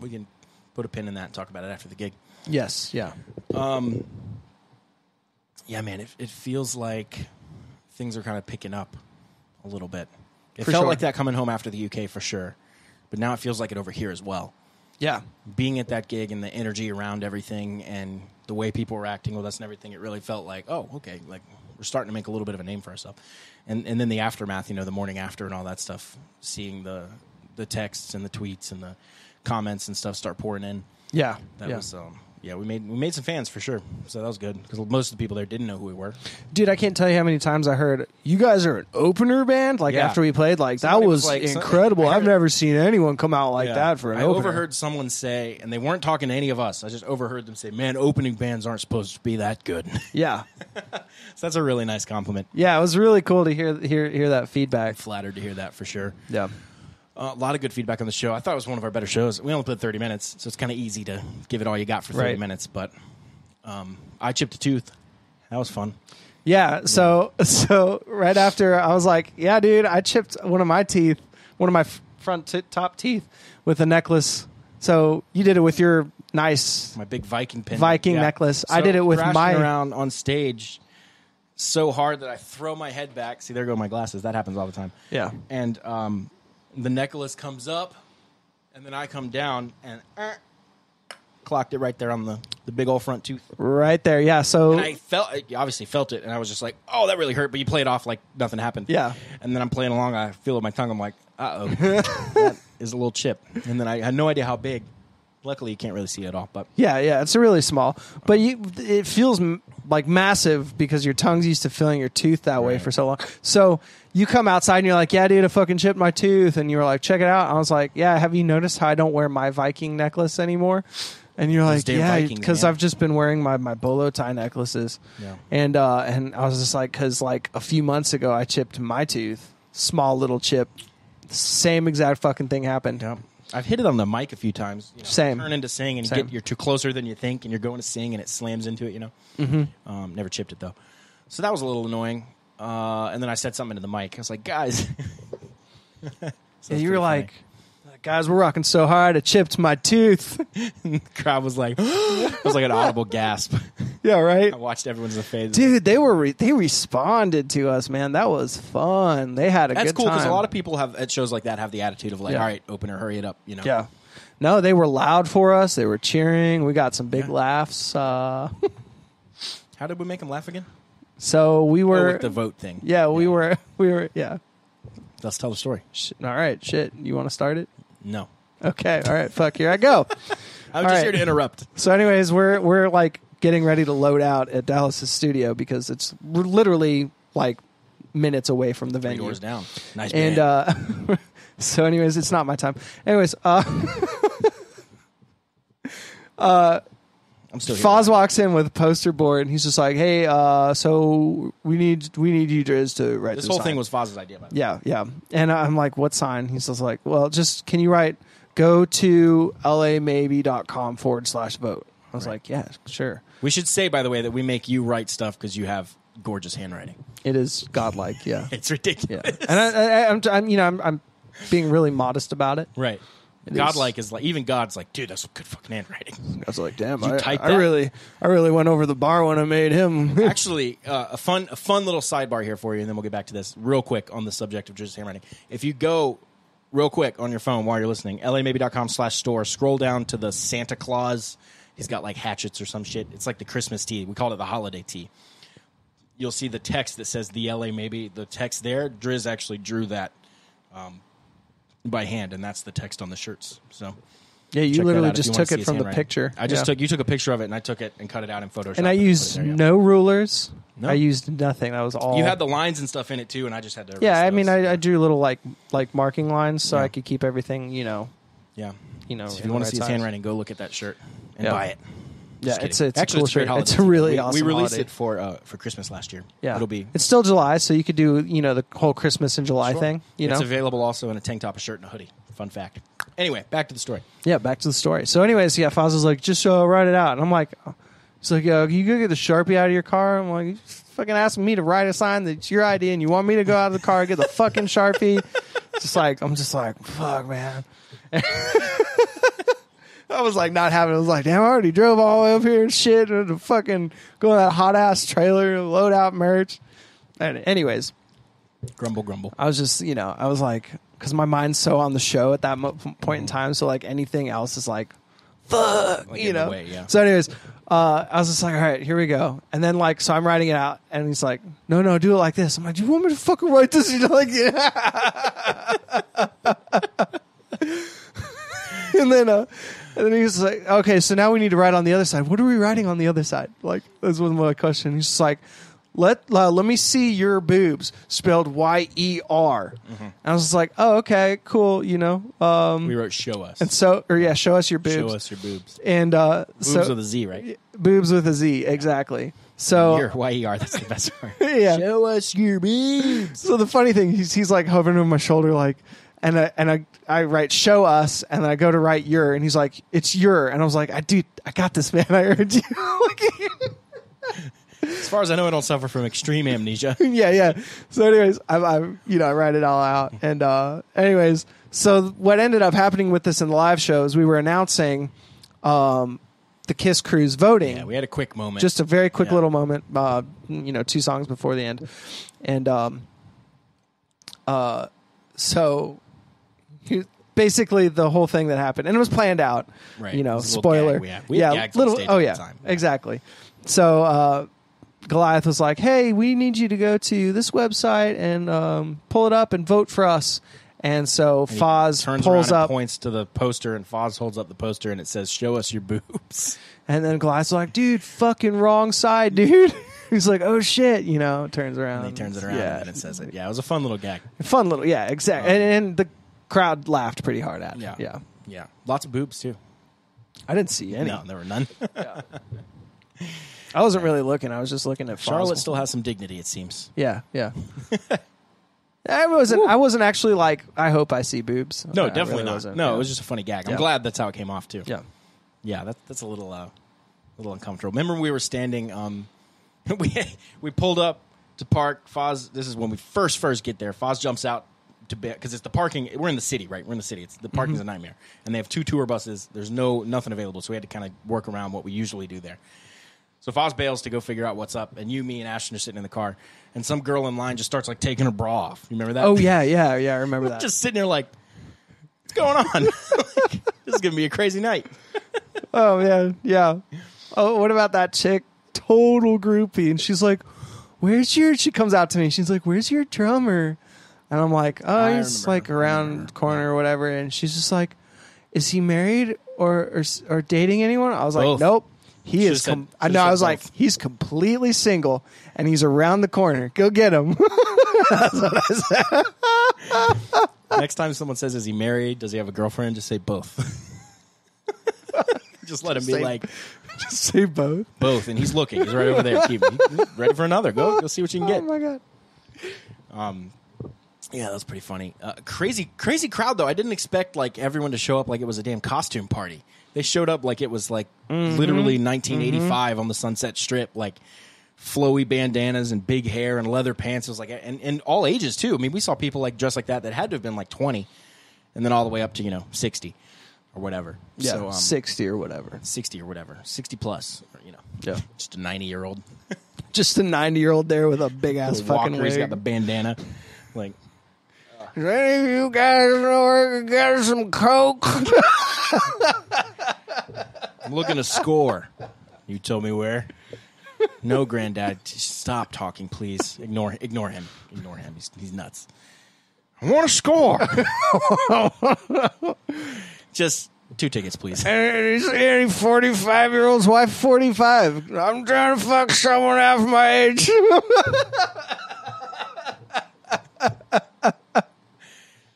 Speaker 2: we can put a pin in that and talk about it after the gig.
Speaker 3: Yes. Yeah.
Speaker 2: Um, yeah, man, it, it feels like things are kind of picking up a little bit. It
Speaker 3: For
Speaker 2: felt
Speaker 3: sure.
Speaker 2: like that coming home after the UK for sure, but now it feels like it over here as well.
Speaker 3: Yeah.
Speaker 2: Being at that gig and the energy around everything and the way people were acting with us and everything, it really felt like, oh, okay, like we're starting to make a little bit of a name for ourselves. And and then the aftermath, you know, the morning after and all that stuff, seeing the the texts and the tweets and the comments and stuff start pouring in.
Speaker 3: Yeah.
Speaker 2: That
Speaker 3: yeah.
Speaker 2: was um, yeah. We made we made some fans for sure. So that was good because most of the people there didn't know who we were.
Speaker 3: Dude, I can't tell you how many times I heard you guys are an opener band. Like
Speaker 2: Yeah.
Speaker 3: after we played, like
Speaker 2: Somebody
Speaker 3: that
Speaker 2: was
Speaker 3: was
Speaker 2: like- some-
Speaker 3: incredible.
Speaker 2: I
Speaker 3: I've
Speaker 2: heard-
Speaker 3: never seen anyone come out like that for an
Speaker 2: I
Speaker 3: opener.
Speaker 2: overheard someone say, and they weren't talking to any of us. I just overheard them say, "Man, opening bands aren't supposed to be that good." so
Speaker 3: Yeah.
Speaker 2: that's a really nice compliment.
Speaker 3: Yeah. It was really cool to hear hear hear that feedback.
Speaker 2: Flattered to hear that for sure.
Speaker 3: Yeah.
Speaker 2: Uh, a lot of good feedback on the show. I thought it was one of our better shows. We only played 30 minutes, so it's kind of easy to give it all you got for 30
Speaker 3: Right.
Speaker 2: minutes. But um, I chipped a tooth. That was fun.
Speaker 3: Yeah. So so right after I was like, yeah, dude, I chipped one of my teeth, one of my f- front t- top teeth, with a necklace. So you did it with your nice.
Speaker 2: my big Viking pin,
Speaker 3: Viking necklace. I did it with
Speaker 2: thrashing
Speaker 3: my-
Speaker 2: around on stage so hard that I throw my head back. See, there go my glasses. That happens all the time.
Speaker 3: Yeah.
Speaker 2: And um, the necklace comes up, and then I come down and uh, clocked it right there on the the big old front tooth.
Speaker 3: Right there. Yeah. So
Speaker 2: And I felt, I obviously felt it, and I was just like, "Oh, that really hurt." But you play it off like nothing happened.
Speaker 3: Yeah.
Speaker 2: And then I'm playing along. I feel it with my tongue. I'm like, "Uh oh, that is a little chip." And then I had no idea how big. Luckily, you can't really see it at all, but
Speaker 3: Yeah, yeah, it's really small, but you it feels m- like massive because your tongue's used to feeling your tooth that way
Speaker 2: Right.
Speaker 3: for so long. So you come outside and you're like, "Yeah, dude, I fucking chipped my tooth," and you were like, "Check it out." I was like, "Yeah, have you noticed how I don't wear my Viking necklace anymore?" And you're like,
Speaker 2: damn
Speaker 3: "Yeah,
Speaker 2: Vikings,
Speaker 3: because
Speaker 2: man."
Speaker 3: I've just been wearing my my bolo tie necklaces."
Speaker 2: Yeah.
Speaker 3: and uh, and I was just like, "Cause like a few months ago, I chipped my tooth, small little chip, same exact fucking thing happened."
Speaker 2: Yeah. I've hit it on the mic a few times. You know,
Speaker 3: Same.
Speaker 2: Turn into sing and you
Speaker 3: Same.
Speaker 2: get you're too closer than you think, and you're going to sing and it slams into it. You know.
Speaker 3: Mm-hmm.
Speaker 2: Um, never chipped it though, so that was a little annoying. Uh, and then I said something to the mic. I was like, guys. So
Speaker 3: Yeah,
Speaker 2: it's
Speaker 3: you
Speaker 2: pretty
Speaker 3: were like. Guys, we're rocking so hard. I chipped my tooth.
Speaker 2: funny. the crowd was like, it was like an audible gasp.
Speaker 3: Yeah, right.
Speaker 2: I watched everyone's face.
Speaker 3: Dude, they were re- they responded to us, man. That was fun. They had a
Speaker 2: that's
Speaker 3: good
Speaker 2: cool
Speaker 3: time.
Speaker 2: because a lot of people have at shows like that have the attitude of like,
Speaker 3: Yeah.
Speaker 2: all right, opener, hurry it up, you know.
Speaker 3: yeah. No, they were loud for us. They were cheering. We got some big
Speaker 2: Yeah.
Speaker 3: laughs. Uh,
Speaker 2: How did we make him laugh again?
Speaker 3: so we
Speaker 2: Oh,
Speaker 3: were.
Speaker 2: with the vote thing.
Speaker 3: yeah, we were. We were. Yeah.
Speaker 2: Let's tell the story.
Speaker 3: Sh- all right. Shit. You want to start it?
Speaker 2: No.
Speaker 3: Okay. All right. Fuck. Here I go.
Speaker 2: I'm
Speaker 3: All
Speaker 2: just
Speaker 3: right.
Speaker 2: here to interrupt.
Speaker 3: So, anyways, we're we're like getting ready to load out at Dallas's studio because it's we're literally like minutes away from the
Speaker 2: Three
Speaker 3: venue.
Speaker 2: doors down. Nice
Speaker 3: And
Speaker 2: band.
Speaker 3: uh, so, anyways, it's not my time. Anyways, uh,
Speaker 2: I'm still here.
Speaker 3: Foz walks in with a poster board, and he's just like, "Hey, uh, so we need we need you guys to write
Speaker 2: This whole
Speaker 3: sign.
Speaker 2: thing was Foz's idea. By the way.
Speaker 3: yeah, yeah." And I'm like, "What sign?" He's just like, "Well, just can you write go to lamaybe.com forward slash vote." I was like, "Yeah, sure."
Speaker 2: We should say, by the way, that we make you write stuff because you have gorgeous handwriting.
Speaker 3: It is godlike, yeah.
Speaker 2: It's ridiculous.
Speaker 3: and I, I, I'm, I'm, you know, I'm, I'm being really modest about it.
Speaker 2: Right.
Speaker 3: is.
Speaker 2: Godlike is. like even God's like, dude, that's some good fucking handwriting.
Speaker 3: I was like, damn,
Speaker 2: You
Speaker 3: I,
Speaker 2: typed
Speaker 3: I
Speaker 2: that?
Speaker 3: really, I really went over the bar when I made him.
Speaker 2: Actually, uh, a fun a fun little sidebar here for you, and then we'll get back to this real quick on the subject of just handwriting. If you go real quick on your phone while you're listening, lamaybe.com slash store, scroll down to the Santa Claus. He's got like hatchets or some shit. It's like the Christmas tea. We call it the holiday tea. You'll see the text that says the LA maybe. The text there, Driz actually drew that um, by hand, and that's the text on the shirts. So
Speaker 3: yeah, you
Speaker 2: check that
Speaker 3: literally
Speaker 2: out if
Speaker 3: just
Speaker 2: you wanna
Speaker 3: took
Speaker 2: see
Speaker 3: it
Speaker 2: his
Speaker 3: from the
Speaker 2: handwriting.
Speaker 3: picture.
Speaker 2: I just
Speaker 3: Yeah.
Speaker 2: took you took a picture of it and I took it and cut it out in Photoshop.
Speaker 3: and I
Speaker 2: put it
Speaker 3: used
Speaker 2: there, yeah.
Speaker 3: no rulers.
Speaker 2: No.
Speaker 3: I used nothing. That was all.
Speaker 2: You had the lines and stuff in it too, and I just had to. erase
Speaker 3: yeah. I mean,
Speaker 2: those.
Speaker 3: I, I drew little like like marking lines so
Speaker 2: Yeah.
Speaker 3: I could keep everything. You know,
Speaker 2: yeah.
Speaker 3: you know.
Speaker 2: So if
Speaker 3: in
Speaker 2: you
Speaker 3: the
Speaker 2: want to
Speaker 3: right
Speaker 2: see his
Speaker 3: size.
Speaker 2: handwriting, go look at that shirt and
Speaker 3: Yeah.
Speaker 2: buy it.
Speaker 3: yeah,
Speaker 2: Just
Speaker 3: it's
Speaker 2: kidding.
Speaker 3: it's
Speaker 2: Actually,
Speaker 3: a cool
Speaker 2: it's a great
Speaker 3: shirt.
Speaker 2: holiday
Speaker 3: It's a
Speaker 2: season.
Speaker 3: really
Speaker 2: we,
Speaker 3: awesome.
Speaker 2: We released
Speaker 3: holiday.
Speaker 2: it for uh, for Christmas last year.
Speaker 3: Yeah,
Speaker 2: it'll be.
Speaker 3: It's still July, so you could do you know the whole Christmas and July thing. You know,
Speaker 2: it's available also in a tank top, a shirt, and a hoodie. Fun fact. Anyway, back to the story.
Speaker 3: Yeah, back to the story. So, anyways, yeah, Foz was like, just uh, write it out. And I'm like, oh. he's like, uh, can you go get the Sharpie out of your car? I'm like, you fucking asking me to write a sign that's your idea and you want me to go out of the car and get the fucking Sharpie? Just like, I'm just like, fuck, man. I was like, not having it. I was like, damn, I already drove all the way up here and shit. And to fucking go in that hot ass trailer, load out merch. And anyways,
Speaker 2: Grumble, grumble.
Speaker 3: I was just, you know, I was like, because my mind's so on the show at that mo- point in time. So like anything else is like, fuck,
Speaker 2: Mm-hmm. Like
Speaker 3: you
Speaker 2: in the
Speaker 3: know.
Speaker 2: way, yeah.
Speaker 3: So, anyways, uh, I was just like, all right, here we go. And then like, so I'm writing it out, and he's like, no, no, do it like this. I'm like, do you want me to fucking write this? You know, like, yeah. and then, uh, and then he's like, okay, so now we need to write on the other side. What are we writing on the other side? Like, this was my question. He's just like, let uh, let me see your boobs spelled Y E R.
Speaker 2: Mm-hmm.
Speaker 3: And I was just like, oh, okay, cool. You know, um,
Speaker 2: We wrote show us.
Speaker 3: so or yeah, show us your boobs.
Speaker 2: show us your boobs.
Speaker 3: And uh,
Speaker 2: Boobs
Speaker 3: so
Speaker 2: with a Z, right?
Speaker 3: boobs with a Z, exactly. So
Speaker 2: Here, Y E R. That's the best part.
Speaker 3: Yeah.
Speaker 2: Show us your boobs.
Speaker 3: So the funny thing, he's he's like hovering over my shoulder, like, and I and I I write show us, and then I go to write your, and he's like, it's your, and I was like, I dude, I got this, man. I heard you.
Speaker 2: As far as I know, I don't suffer from extreme amnesia.
Speaker 3: yeah, yeah. So, anyways, I, I you know I write it all out, and uh, anyways, so what ended up happening with this in the live show is we were announcing, um, the Kiss Cruise voting.
Speaker 2: Yeah, we had a quick moment.
Speaker 3: just a very quick
Speaker 2: Yeah.
Speaker 3: little moment uh, you know two songs before the end and um uh so you- basically the whole thing that happened and it was planned out
Speaker 2: Right.
Speaker 3: you
Speaker 2: It
Speaker 3: know
Speaker 2: was a little
Speaker 3: spoiler
Speaker 2: gag we had. We had gags on
Speaker 3: little
Speaker 2: stage
Speaker 3: oh
Speaker 2: all the
Speaker 3: yeah,
Speaker 2: time. Yeah.
Speaker 3: exactly so uh Goliath was like, "Hey, we need you to go to this website and um, pull it up and vote for us." And so
Speaker 2: He
Speaker 3: Foz
Speaker 2: turns
Speaker 3: pulls
Speaker 2: around and
Speaker 3: up
Speaker 2: points to the poster, and Foz holds up the poster, and it says, "Show us your boobs."
Speaker 3: And then Goliath's like, dude, fucking wrong side, dude. He's like, oh shit, you know, turns around.
Speaker 2: And he turns it around,
Speaker 3: Yeah.
Speaker 2: and it says it. Yeah, it was a fun little gag.
Speaker 3: Fun little, yeah, exactly. And, and the crowd laughed pretty hard at it.
Speaker 2: Yeah,
Speaker 3: Yeah.
Speaker 2: yeah. Lots of boobs too.
Speaker 3: I didn't see any.
Speaker 2: No, there were none.
Speaker 3: I wasn't really looking. I was just looking at Fossil.
Speaker 2: Charlotte still has some dignity, it seems.
Speaker 3: Yeah, yeah. I wasn't. I wasn't actually like. I hope I see boobs.
Speaker 2: No,
Speaker 3: I
Speaker 2: definitely
Speaker 3: really
Speaker 2: not.
Speaker 3: wasn't,
Speaker 2: no,
Speaker 3: yeah.
Speaker 2: it was just a funny gag. I'm
Speaker 3: Yeah.
Speaker 2: glad that's how it came off too.
Speaker 3: Yeah.
Speaker 2: yeah. That, that's a little, uh, little uncomfortable. Remember, we were standing. Um, we we pulled up to park. Foz. This is when we first first get there. Foz jumps out to because it's the parking. We're in the city, right? We're in the city. It's the parking's a nightmare, and they have two tour buses. There's no nothing available, so we had to kind of work around what we usually do there. So Foz bails to go figure out what's up, and you, me, and Ashton are sitting in the car, and some girl in line just starts like taking her bra off. You remember that?
Speaker 3: Oh yeah, yeah, yeah. I remember that.
Speaker 2: just sitting there like, what's going on? Like, this is going to be a crazy night.
Speaker 3: Oh yeah, yeah. Oh, what about that chick? Total groupie, and she's like, "Where's your?" She comes out to me. She's like, "Where's your drummer?" And I'm like, "Oh,
Speaker 2: I
Speaker 3: he's
Speaker 2: remember.
Speaker 3: like around the corner or whatever." And she's just like, "Is he married or or, s- or dating anyone?" I was like,
Speaker 2: Both.
Speaker 3: "Nope." He
Speaker 2: Should've
Speaker 3: is. Com-
Speaker 2: said-
Speaker 3: I
Speaker 2: should've
Speaker 3: know. I
Speaker 2: said
Speaker 3: was like,
Speaker 2: both.
Speaker 3: he's completely single, and he's around the corner. Go get him.
Speaker 2: Next time someone says, "Is he married? Does he have a girlfriend?" Just say both. just let him be
Speaker 3: say-
Speaker 2: like
Speaker 3: just say both.
Speaker 2: both, and he's looking. He's right over there. Keep ready for another. Go, go see what you can
Speaker 3: Oh
Speaker 2: get.
Speaker 3: my god.
Speaker 2: Yeah, that was pretty funny. Uh, crazy, crazy crowd though. I didn't expect like everyone to show up like it was a damn costume party. They showed up like it was like
Speaker 3: Mm-hmm.
Speaker 2: literally 1985 on the Sunset Strip, like flowy bandanas and big hair and leather pants. It was like and and all ages too. I mean, we saw people like dressed like that that had to have been like 20, and then all the way up to you know 60 or whatever.
Speaker 3: Yeah,
Speaker 2: so, um,
Speaker 3: sixty or whatever.
Speaker 2: 60 or whatever, 60 plus, or, you know,
Speaker 3: Yeah.
Speaker 2: just a 90 year old.
Speaker 3: Just a ninety-year-old there with a big ass fucking
Speaker 2: Walker, he's
Speaker 3: wig.
Speaker 2: got the bandana, like.
Speaker 3: Does any of you guys know where to get some coke?
Speaker 2: I'm looking to score. You told me where. No, granddad, t- stop talking, please. Ignore, ignore him. Ignore him. He's, he's nuts. I want to score. Just two tickets, please.
Speaker 3: Is any forty-five-year-olds? Why forty-five? I'm trying to fuck someone half my age.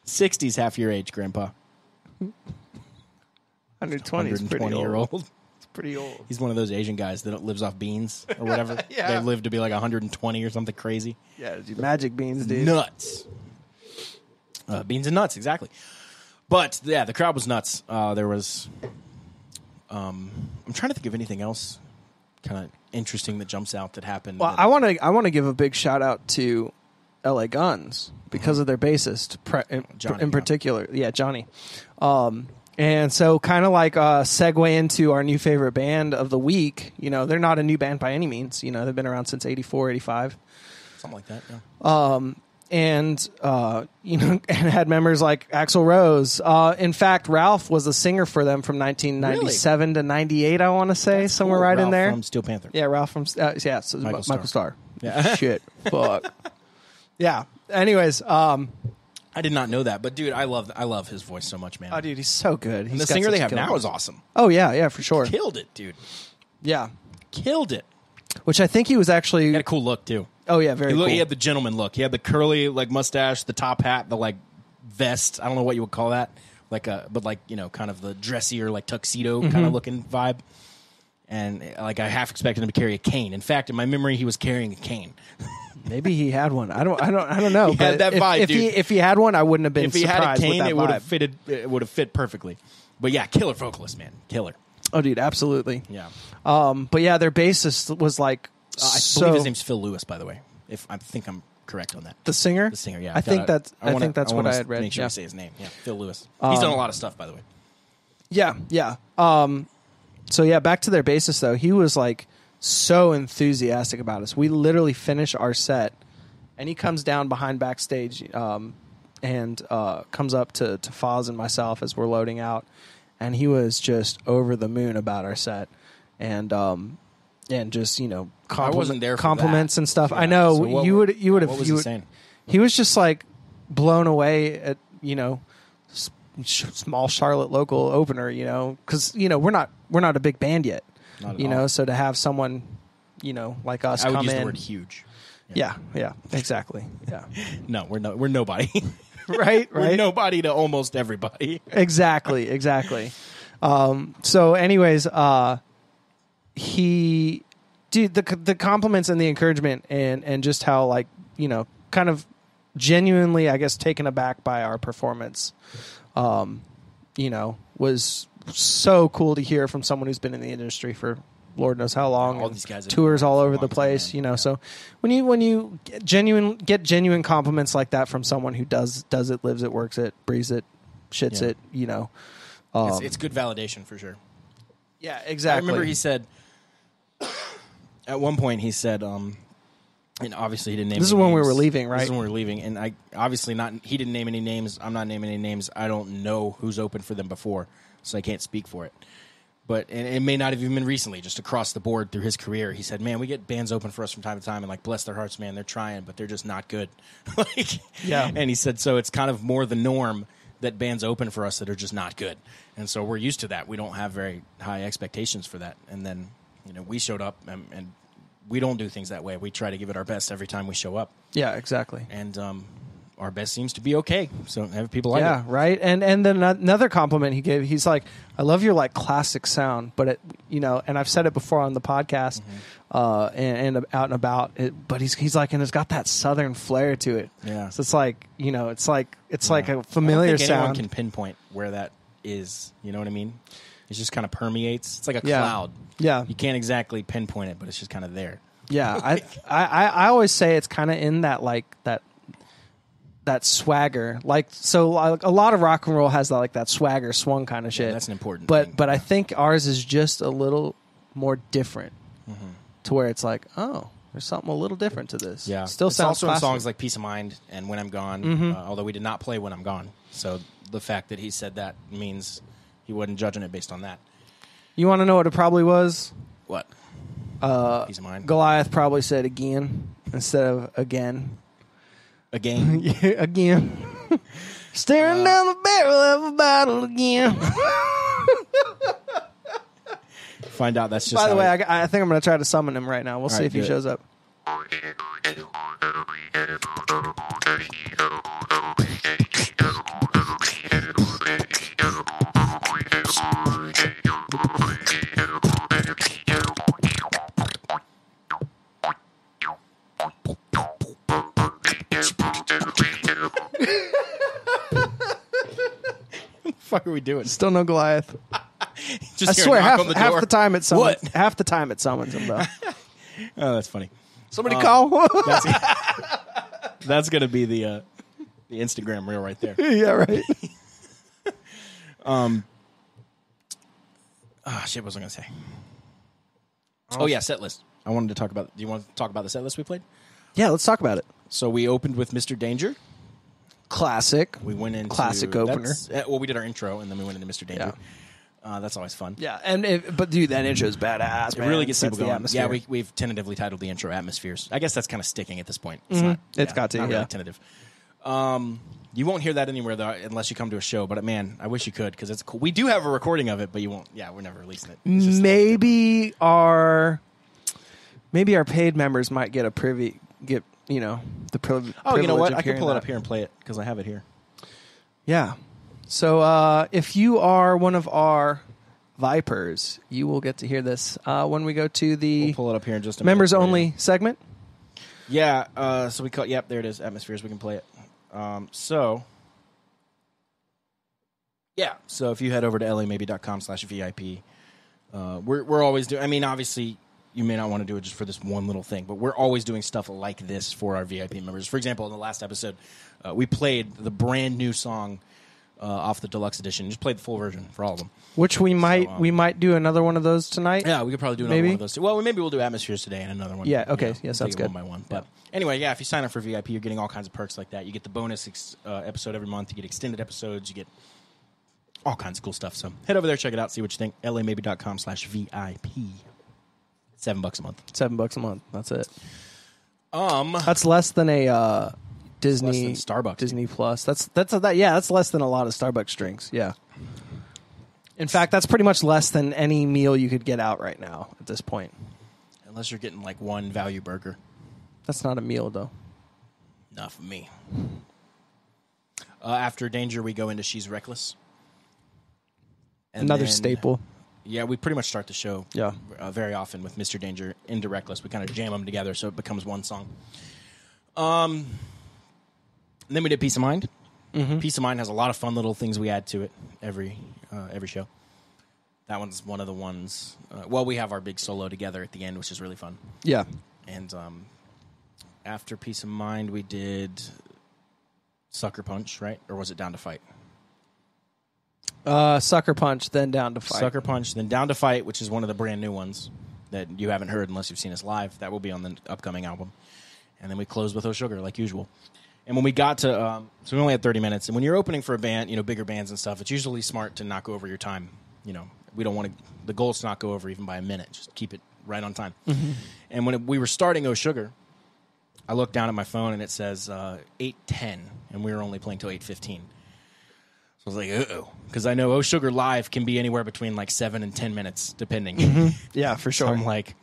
Speaker 2: Sixties, half your age, Grandpa.
Speaker 3: Under twenty
Speaker 2: Hundred
Speaker 3: is
Speaker 2: and
Speaker 3: pretty
Speaker 2: twenty
Speaker 3: old.
Speaker 2: year old.
Speaker 3: It's pretty old.
Speaker 2: He's one of those Asian guys that lives off beans or whatever.
Speaker 3: Yeah.
Speaker 2: They live to be like 120 or something crazy.
Speaker 3: Yeah, dude, magic beans, dude.
Speaker 2: nuts. Uh, beans and nuts, exactly. But yeah, the crowd was nuts. Uh, there was. Um, I'm trying to think of anything else kind of interesting that jumps out that happened.
Speaker 3: Well,
Speaker 2: that-
Speaker 3: I want to. I want to give a big shout out to L.A. Guns because of their bassist, pre- in,
Speaker 2: Johnny,
Speaker 3: in
Speaker 2: yeah.
Speaker 3: particular. Mm-hmm. Yeah, Johnny. Um, and so, kind of like uh, segue into our new favorite band of the week. You know, they're not a new band by any means. You know, they've been around since '84, '85
Speaker 2: something like that. Yeah.
Speaker 3: and uh, you know, and had members like Axl Rose. Uh, in fact, Ralph was the singer for them from 1997 to 98. I want to say somewhere right
Speaker 2: Ralph
Speaker 3: in there.
Speaker 2: from Steel Panther.
Speaker 3: yeah, Ralph from uh, yeah, so Michael,
Speaker 2: Michael
Speaker 3: Starr. Michael Starr.
Speaker 2: Starr.
Speaker 3: Shit, fuck. Yeah. Anyways, um,
Speaker 2: I did not know that, but dude, I love I love his voice so much, man.
Speaker 3: oh dude, he's so good.
Speaker 2: and
Speaker 3: He's
Speaker 2: the
Speaker 3: got
Speaker 2: singer they
Speaker 3: such
Speaker 2: have
Speaker 3: good
Speaker 2: now
Speaker 3: voice.
Speaker 2: is awesome.
Speaker 3: Oh yeah, yeah, for sure.
Speaker 2: Killed it, dude.
Speaker 3: Yeah,
Speaker 2: Killed it.
Speaker 3: which I think he was actually.
Speaker 2: Had a cool look too.
Speaker 3: Oh yeah, very
Speaker 2: He, look,
Speaker 3: cool.
Speaker 2: he had the gentleman look. He had the curly like mustache, the top hat, the like vest. I don't know what you would call that. Like a but like you know kind of the dressier like tuxedo
Speaker 3: Mm-hmm.
Speaker 2: kind of looking vibe. And uh, like I half expected him to carry a cane. In fact, in my memory, he was carrying a cane.
Speaker 3: Maybe he had one. I don't. I don't. I don't know.
Speaker 2: He
Speaker 3: but
Speaker 2: had that
Speaker 3: if,
Speaker 2: vibe,
Speaker 3: if he
Speaker 2: dude.
Speaker 3: if he had one, I wouldn't have been
Speaker 2: If he
Speaker 3: surprised
Speaker 2: had a
Speaker 3: with
Speaker 2: cane,
Speaker 3: that
Speaker 2: it would
Speaker 3: vibe.
Speaker 2: have fitted. It would have fit perfectly. But yeah, killer vocalist, man, killer.
Speaker 3: oh dude, absolutely.
Speaker 2: Yeah,
Speaker 3: Um, but yeah, their bassist was like
Speaker 2: Uh, I
Speaker 3: so
Speaker 2: believe his name's Phil Lewis, by the way. If I think I'm correct on that.
Speaker 3: the singer.
Speaker 2: The singer, yeah.
Speaker 3: I think
Speaker 2: gotta-
Speaker 3: that's I,
Speaker 2: wanna-
Speaker 3: think that's what
Speaker 2: wanna
Speaker 3: I had read.
Speaker 2: Make sure
Speaker 3: yeah. Um,
Speaker 2: I say his name. Yeah, Phil Lewis. He's done a lot of stuff, by the way.
Speaker 3: yeah, yeah. Um, so yeah, back to their bassist though. He was like so enthusiastic about us. We literally finish our set, and he comes down behind backstage, um, and uh, comes up to to Foz and myself as we're loading out, and he was just over the moon about our set, and um. And just you know, compliment,
Speaker 2: wasn't there for
Speaker 3: compliments
Speaker 2: that.
Speaker 3: and stuff. I
Speaker 2: Yeah,
Speaker 3: know
Speaker 2: so what
Speaker 3: you
Speaker 2: were-
Speaker 3: would you would have
Speaker 2: what was
Speaker 3: you
Speaker 2: he
Speaker 3: would-
Speaker 2: saying?
Speaker 3: he was just like blown away at you know s- sh- small Charlotte local opener, you know, because you know we're not we're not a big band yet,
Speaker 2: Not at
Speaker 3: you know,
Speaker 2: all.
Speaker 3: so to have someone you know like us
Speaker 2: I would
Speaker 3: come
Speaker 2: use
Speaker 3: in,
Speaker 2: the word huge.
Speaker 3: yeah, yeah, exactly, yeah,
Speaker 2: No, we're no, we're nobody.
Speaker 3: right,
Speaker 2: We're
Speaker 3: right,
Speaker 2: nobody to almost everybody.
Speaker 3: exactly, exactly. Um, so, anyways, uh, he, dude, the the compliments and the encouragement and and just how like you know kind of genuinely, I guess, taken aback by our performance, um, you know, was so cool to hear from someone who's been in the industry for. Lord knows how long.
Speaker 2: All
Speaker 3: and
Speaker 2: these guys have been
Speaker 3: tours
Speaker 2: around
Speaker 3: all
Speaker 2: for a
Speaker 3: over
Speaker 2: long
Speaker 3: the
Speaker 2: time,
Speaker 3: place,
Speaker 2: man.
Speaker 3: you know. So when you when you get genuine get genuine compliments like that from someone who does does it, lives it, works it, breathes it, shits
Speaker 2: Yeah.
Speaker 3: it, you know. Um,
Speaker 2: It's, it's good validation for sure.
Speaker 3: yeah,
Speaker 2: I
Speaker 3: exactly.
Speaker 2: remember he said at one point he said, um, and obviously he didn't name.
Speaker 3: This is
Speaker 2: any
Speaker 3: when we
Speaker 2: names.
Speaker 3: were leaving,
Speaker 2: This
Speaker 3: right?
Speaker 2: is when we were leaving, and I obviously not. He didn't name any names. I'm not naming any names. I don't know who's opened for them before. so I can't speak for it. But and it may not have even been recently, just across the board through his career. He said, "Man, we get bands open for us from time to time, and like bless their hearts, man, they're trying, but they're just not good." like,
Speaker 3: Yeah.
Speaker 2: And he said, "So it's kind of more the norm that bands open for us that are just not good, and so we're used to that. We don't have very high expectations for that. And then you know we showed up, and, and we don't do things that way. We try to give it our best every time we show up,
Speaker 3: Yeah, exactly.
Speaker 2: and um, our best seems to be okay. So have people like
Speaker 3: yeah,
Speaker 2: it.
Speaker 3: right. And and then ano- another compliment he gave, he's like, "I love your like classic sound, but it, you know." And I've said it before on the podcast,
Speaker 2: Mm-hmm.
Speaker 3: uh, and, and out and about. It, but he's he's like, and it's got that southern flair to it.
Speaker 2: Yeah.
Speaker 3: So it's like you know, it's like it's like a
Speaker 2: I
Speaker 3: familiar
Speaker 2: don't think anyone
Speaker 3: sound.
Speaker 2: can pinpoint where that is. You know what I mean? It just kind of permeates. It's like a
Speaker 3: Yeah.
Speaker 2: cloud.
Speaker 3: Yeah.
Speaker 2: You can't exactly pinpoint it, but it's just kind of there.
Speaker 3: Yeah, I, I, I- I always say it's kind of in that like that that swagger. Like so, like, a lot of rock and roll has that like that swagger, swung kind of shit.
Speaker 2: that's an important
Speaker 3: But
Speaker 2: thing,
Speaker 3: but I think ours is just a little more different,
Speaker 2: Mm-hmm.
Speaker 3: to where it's like, oh, there's something a little different to this.
Speaker 2: Yeah.
Speaker 3: still
Speaker 2: it's
Speaker 3: sounds
Speaker 2: also
Speaker 3: classic. Mm-hmm.
Speaker 2: in songs like "Peace of Mind" and "When I'm Gone." Uh, although we did not play "When I'm Gone," so the fact that he said that means he wasn't judging it based on that.
Speaker 3: you want to know what it probably was?
Speaker 2: What? Uh, "Peace of Mind"
Speaker 3: Goliath probably said again instead of again,
Speaker 2: again.
Speaker 3: Yeah, again. Staring
Speaker 2: Uh,
Speaker 3: down the barrel of a bottle again.
Speaker 2: Find out that's just.
Speaker 3: By the
Speaker 2: how
Speaker 3: way,
Speaker 2: it-
Speaker 3: I, g- I think I'm going to try to summon him right now. We'll see
Speaker 2: right,
Speaker 3: if he
Speaker 2: do it.
Speaker 3: shows up.
Speaker 2: fuck are we doing?
Speaker 3: Still no Goliath.
Speaker 2: Just hear
Speaker 3: I
Speaker 2: a
Speaker 3: swear,
Speaker 2: knock
Speaker 3: half
Speaker 2: on the
Speaker 3: half
Speaker 2: door.
Speaker 3: the time it summons.
Speaker 2: What?
Speaker 3: Half the time it summons him though.
Speaker 2: Oh, that's funny.
Speaker 3: Somebody call.
Speaker 2: That's gonna be the uh, the Instagram reel right there.
Speaker 3: yeah, right.
Speaker 2: Ah, shit, what was I gonna say? Oh yeah, set list. I wanted to talk about. Do you want to talk about the set list we played?
Speaker 3: Yeah, let's talk about it.
Speaker 2: So we opened with Mr. Danger.
Speaker 3: Classic.
Speaker 2: We went into
Speaker 3: Classic opener.
Speaker 2: that's- uh, Well, we did our intro and then we went into Mr. Danger. Uh, that's always fun.
Speaker 3: Yeah, and if, but dude, that intro is badass.
Speaker 2: It really gets people going. Yeah, we, we've tentatively titled the intro "Atmospheres." I guess that's kind of sticking at this point. Mm-hmm. It's not,
Speaker 3: It's got to,
Speaker 2: not
Speaker 3: yeah.
Speaker 2: really tentative. Um, you won't hear that anywhere though, unless you come to a show. But man, I wish you could because it's cool. We do have a recording of it, but you won't. Yeah, we're never releasing it. It's just-
Speaker 3: maybe our maybe our paid members might get a privy get you know the priv-
Speaker 2: oh, you know
Speaker 3: privilege
Speaker 2: what?
Speaker 3: of
Speaker 2: I can
Speaker 3: hearing
Speaker 2: pull it
Speaker 3: that.
Speaker 2: up here and play it because I have it here.
Speaker 3: Yeah. So uh, if you are one of our vipers, you will get to hear this uh, when we go to the
Speaker 2: We'll pull it up here in just a
Speaker 3: members
Speaker 2: minute for you.
Speaker 3: only segment.
Speaker 2: Yeah, uh, so we call yep, there it is, atmospheres, we can play it. Um, so Yeah, so if you head over to lamaybe.com slash VIP, uh, we're we're always doing I mean, obviously you may not want to do it just for this one little thing, but we're always doing stuff like this for our VIP members. For example, in the last episode, uh, we played the brand new song uh, off the deluxe edition. Just played the full version for all of them.
Speaker 3: Which we might
Speaker 2: um,
Speaker 3: we might do another one of those tonight.
Speaker 2: Yeah, we could probably do another
Speaker 3: Maybe?
Speaker 2: one of those. Too. Well, maybe we'll do atmospheres today and another one.
Speaker 3: Yeah, okay. Yeah,
Speaker 2: take
Speaker 3: sounds
Speaker 2: it
Speaker 3: good.
Speaker 2: One by one. But anyway, yeah, if you sign up for VIP, you're getting all kinds of perks like that. You get the bonus ex- uh, episode every month. You get extended episodes. You get all kinds of cool stuff. So head over there, check it out, see what you think. LAmaybe.com slash VIP. Seven bucks a month.
Speaker 3: Seven bucks a month. That's it.
Speaker 2: Um,
Speaker 3: That's less than a uh, Disney
Speaker 2: less than Starbucks.
Speaker 3: Disney Plus. That's that's a, that. Yeah, that's less than a lot of Starbucks drinks. Yeah. In fact, that's pretty much less than any meal you could get out right now at this point.
Speaker 2: unless you're getting like one value burger.
Speaker 3: That's not a meal though.
Speaker 2: Not for me. Uh, after Danger, we go into She's Reckless. And
Speaker 3: Another
Speaker 2: then-
Speaker 3: staple.
Speaker 2: Yeah, we pretty much start the show.
Speaker 3: Yeah.
Speaker 2: uh, very often with Mr. Danger into Reckless. We kind of jam them together, so it becomes one song. Um, and then we did Peace of Mind. Peace of Mind has a lot of fun little things we add to it every uh, every show. That one's one of the ones. Uh, well, we have our big solo together at the end, which is really fun.
Speaker 3: Yeah.
Speaker 2: And um, after Peace of Mind, we did Sucker Punch, right? Or was it Down to Fight?
Speaker 3: Uh, sucker punch, then down to fight.
Speaker 2: Sucker Punch, then Down to Fight, which is one of the brand new ones that you haven't heard unless you've seen us live. That will be on the upcoming album. And then we close with Oh Sugar, like usual. And when we got to, um, so we only had 30 minutes. And when you're opening for a band, you know, bigger bands and stuff, it's usually smart to not go over your time. You know, we don't want to, the goal is to not go over even by a minute, just keep it right on time.
Speaker 3: Mm-hmm.
Speaker 2: And when we were starting Oh Sugar, I looked down at my phone and it says uh, 8.10, and we were only playing till 8.15. So I was like, uh oh. Because I know Oh Sugar Live can be anywhere between like seven and 10 minutes, depending.
Speaker 3: Yeah, for
Speaker 2: So
Speaker 3: sure.
Speaker 2: I'm like,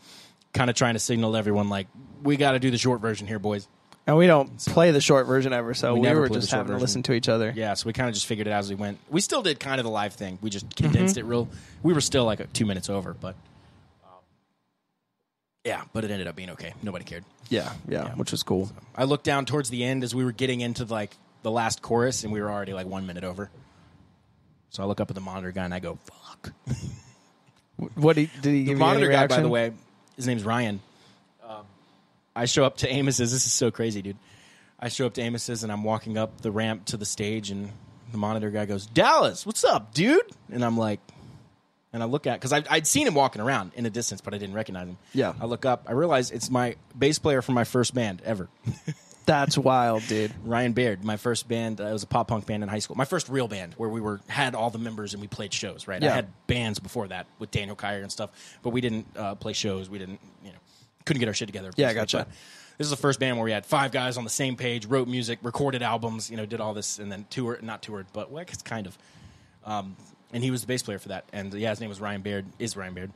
Speaker 2: kind of trying to signal to everyone, like, we got to do the short version here, boys.
Speaker 3: and we don't play the short version ever, so we,
Speaker 2: never
Speaker 3: were
Speaker 2: play the
Speaker 3: just
Speaker 2: short
Speaker 3: having to
Speaker 2: version.
Speaker 3: listen to each other.
Speaker 2: Yeah, so we kind of just figured it out as we went. We still did kind of the live thing. We just condensed it real. We were still like uh, two minutes over, but um, yeah, but it ended up being okay. Nobody cared.
Speaker 3: yeah, yeah, which was cool.
Speaker 2: I looked down towards the end as we were getting into like the last chorus, and we were already like one minute over. So I look up at the monitor guy and I go, "Fuck."
Speaker 3: What did he, did he give you any
Speaker 2: monitor guy, by the
Speaker 3: reaction?
Speaker 2: way, his name's Ryan. Um, I show up to Amos's. This is so crazy, dude. I show up to Amos's and I'm walking up the ramp to the stage, and the monitor guy goes, "Dallas, what's up, dude?" And I'm like, and I look at because I'd seen him walking around in the distance, but I didn't recognize him.
Speaker 3: Yeah.
Speaker 2: I look up. I realize it's my bass player from my first band ever,
Speaker 3: That's wild, dude.
Speaker 2: Ryan Beard. My first band uh, it was a pop punk band in high school. My first real band where we were had all the members and we played shows. Right,
Speaker 3: Yeah.
Speaker 2: I had bands before that with Daniel Kyer and stuff, but we didn't uh, play shows. We didn't, you know, couldn't get our shit together.
Speaker 3: Yeah,
Speaker 2: But
Speaker 3: gotcha.
Speaker 2: This is the first band where we had five guys on the same page, wrote music, recorded albums, you know, did all this, and then toured, not toured, but well, I guess kind of. Um, and he was the bass player for that. And yeah, his name was Ryan Beard. Is Ryan Beard,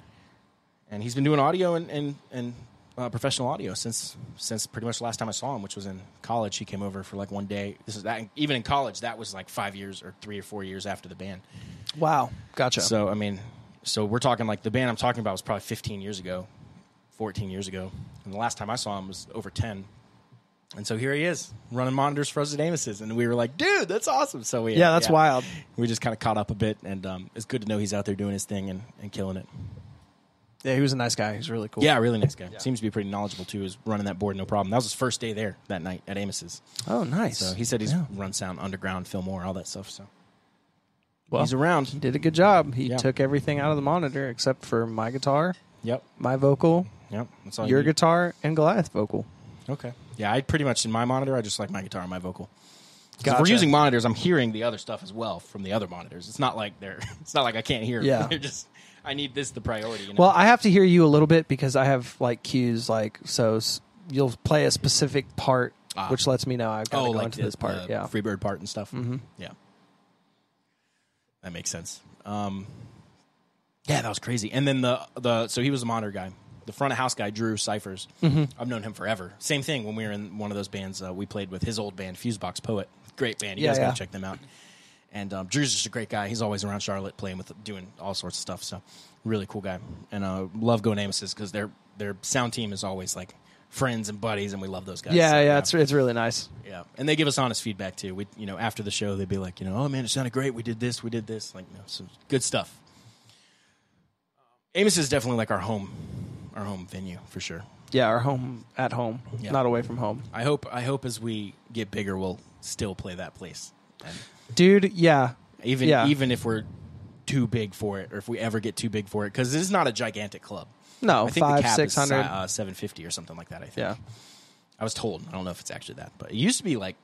Speaker 2: and he's been doing audio and and and uh, professional audio since since pretty much the last time I saw him, which was in college. He came over for like one day. This is that even in college that was like five years or three or four years after the band.
Speaker 3: Wow, gotcha.
Speaker 2: So I mean, so we're talking like the band I'm talking about was probably 15 years ago, 14 years ago, and the last time I saw him was over 10. And so here he is running monitors for us at Amos's, and we were like, "Dude, that's awesome!" So we uh,
Speaker 3: Yeah, that's wild.
Speaker 2: We just kind of caught up a bit, and um, it's good to know he's out there doing his thing and, and killing it.
Speaker 3: yeah, he was a nice guy. He was really cool.
Speaker 2: Yeah, really nice guy. Seems to be pretty knowledgeable too. Is running that board no problem. That was his first day there that night at Amos's.
Speaker 3: Oh, nice.
Speaker 2: So he said he's
Speaker 3: Yeah.
Speaker 2: run sound underground, Fillmore, all that stuff. So
Speaker 3: Well,
Speaker 2: he's around.
Speaker 3: He did a good job. He
Speaker 2: Yeah.
Speaker 3: took everything out of the monitor except for my guitar,
Speaker 2: Yep,
Speaker 3: my vocal,
Speaker 2: yep. That's all. you
Speaker 3: your
Speaker 2: need.
Speaker 3: guitar, and Goliath vocal.
Speaker 2: Okay. Yeah, I pretty much in my monitor, I just like my guitar and my vocal. 'Cause if
Speaker 3: Gotcha.
Speaker 2: We're using monitors. I'm hearing the other stuff as well from the other monitors. It's not like they're. It's not like I can't hear.
Speaker 3: Yeah.
Speaker 2: They're just. I need this the priority. You know?
Speaker 3: Well, I have to hear you a little bit because I have like cues, like so s- you'll play a specific part,
Speaker 2: Ah.
Speaker 3: which lets me know I've got to
Speaker 2: oh,
Speaker 3: go
Speaker 2: like
Speaker 3: into
Speaker 2: the-
Speaker 3: this part.
Speaker 2: the
Speaker 3: yeah,
Speaker 2: Freebird part and stuff. Mm-hmm. Yeah, that makes sense. Um, yeah, that was crazy. And then the the so he was the monitor guy, the front of house guy, Drew Cyphers.
Speaker 3: Mm-hmm.
Speaker 2: I've known him forever. Same thing when we were in one of those bands uh, we played with his old band, Fusebox Poet. Great band. You
Speaker 3: Yeah,
Speaker 2: guys
Speaker 3: yeah.
Speaker 2: gotta check them out. And um, Drew's just a great guy. He's always around Charlotte, playing with, doing all sorts of stuff. So, really cool guy. And uh, love Go Namesis because their their sound team is always like friends and buddies, and we love those guys.
Speaker 3: yeah,
Speaker 2: So,
Speaker 3: yeah, It's it's really nice.
Speaker 2: yeah, and they give us honest feedback too. We, you know, after the show, they'd be like, you know, oh man, it sounded great. We did this, we did this. Like, no, so good stuff. Amos is definitely like our home, our home venue for sure.
Speaker 3: Yeah, our home at home,
Speaker 2: Yeah.
Speaker 3: not away from home,
Speaker 2: I hope, I hope as we get bigger, we'll still play that place. And
Speaker 3: dude. Yeah,
Speaker 2: even,
Speaker 3: Yeah.
Speaker 2: even if we're too big for it, or if we ever get too big for it, because this is not a gigantic club.
Speaker 3: no,
Speaker 2: I think
Speaker 3: Oh, five
Speaker 2: the cap
Speaker 3: six
Speaker 2: is
Speaker 3: hundred.
Speaker 2: uh, seven fifty or something like that. I think.
Speaker 3: yeah,
Speaker 2: I was told. I don't know if it's actually that, but it used to be like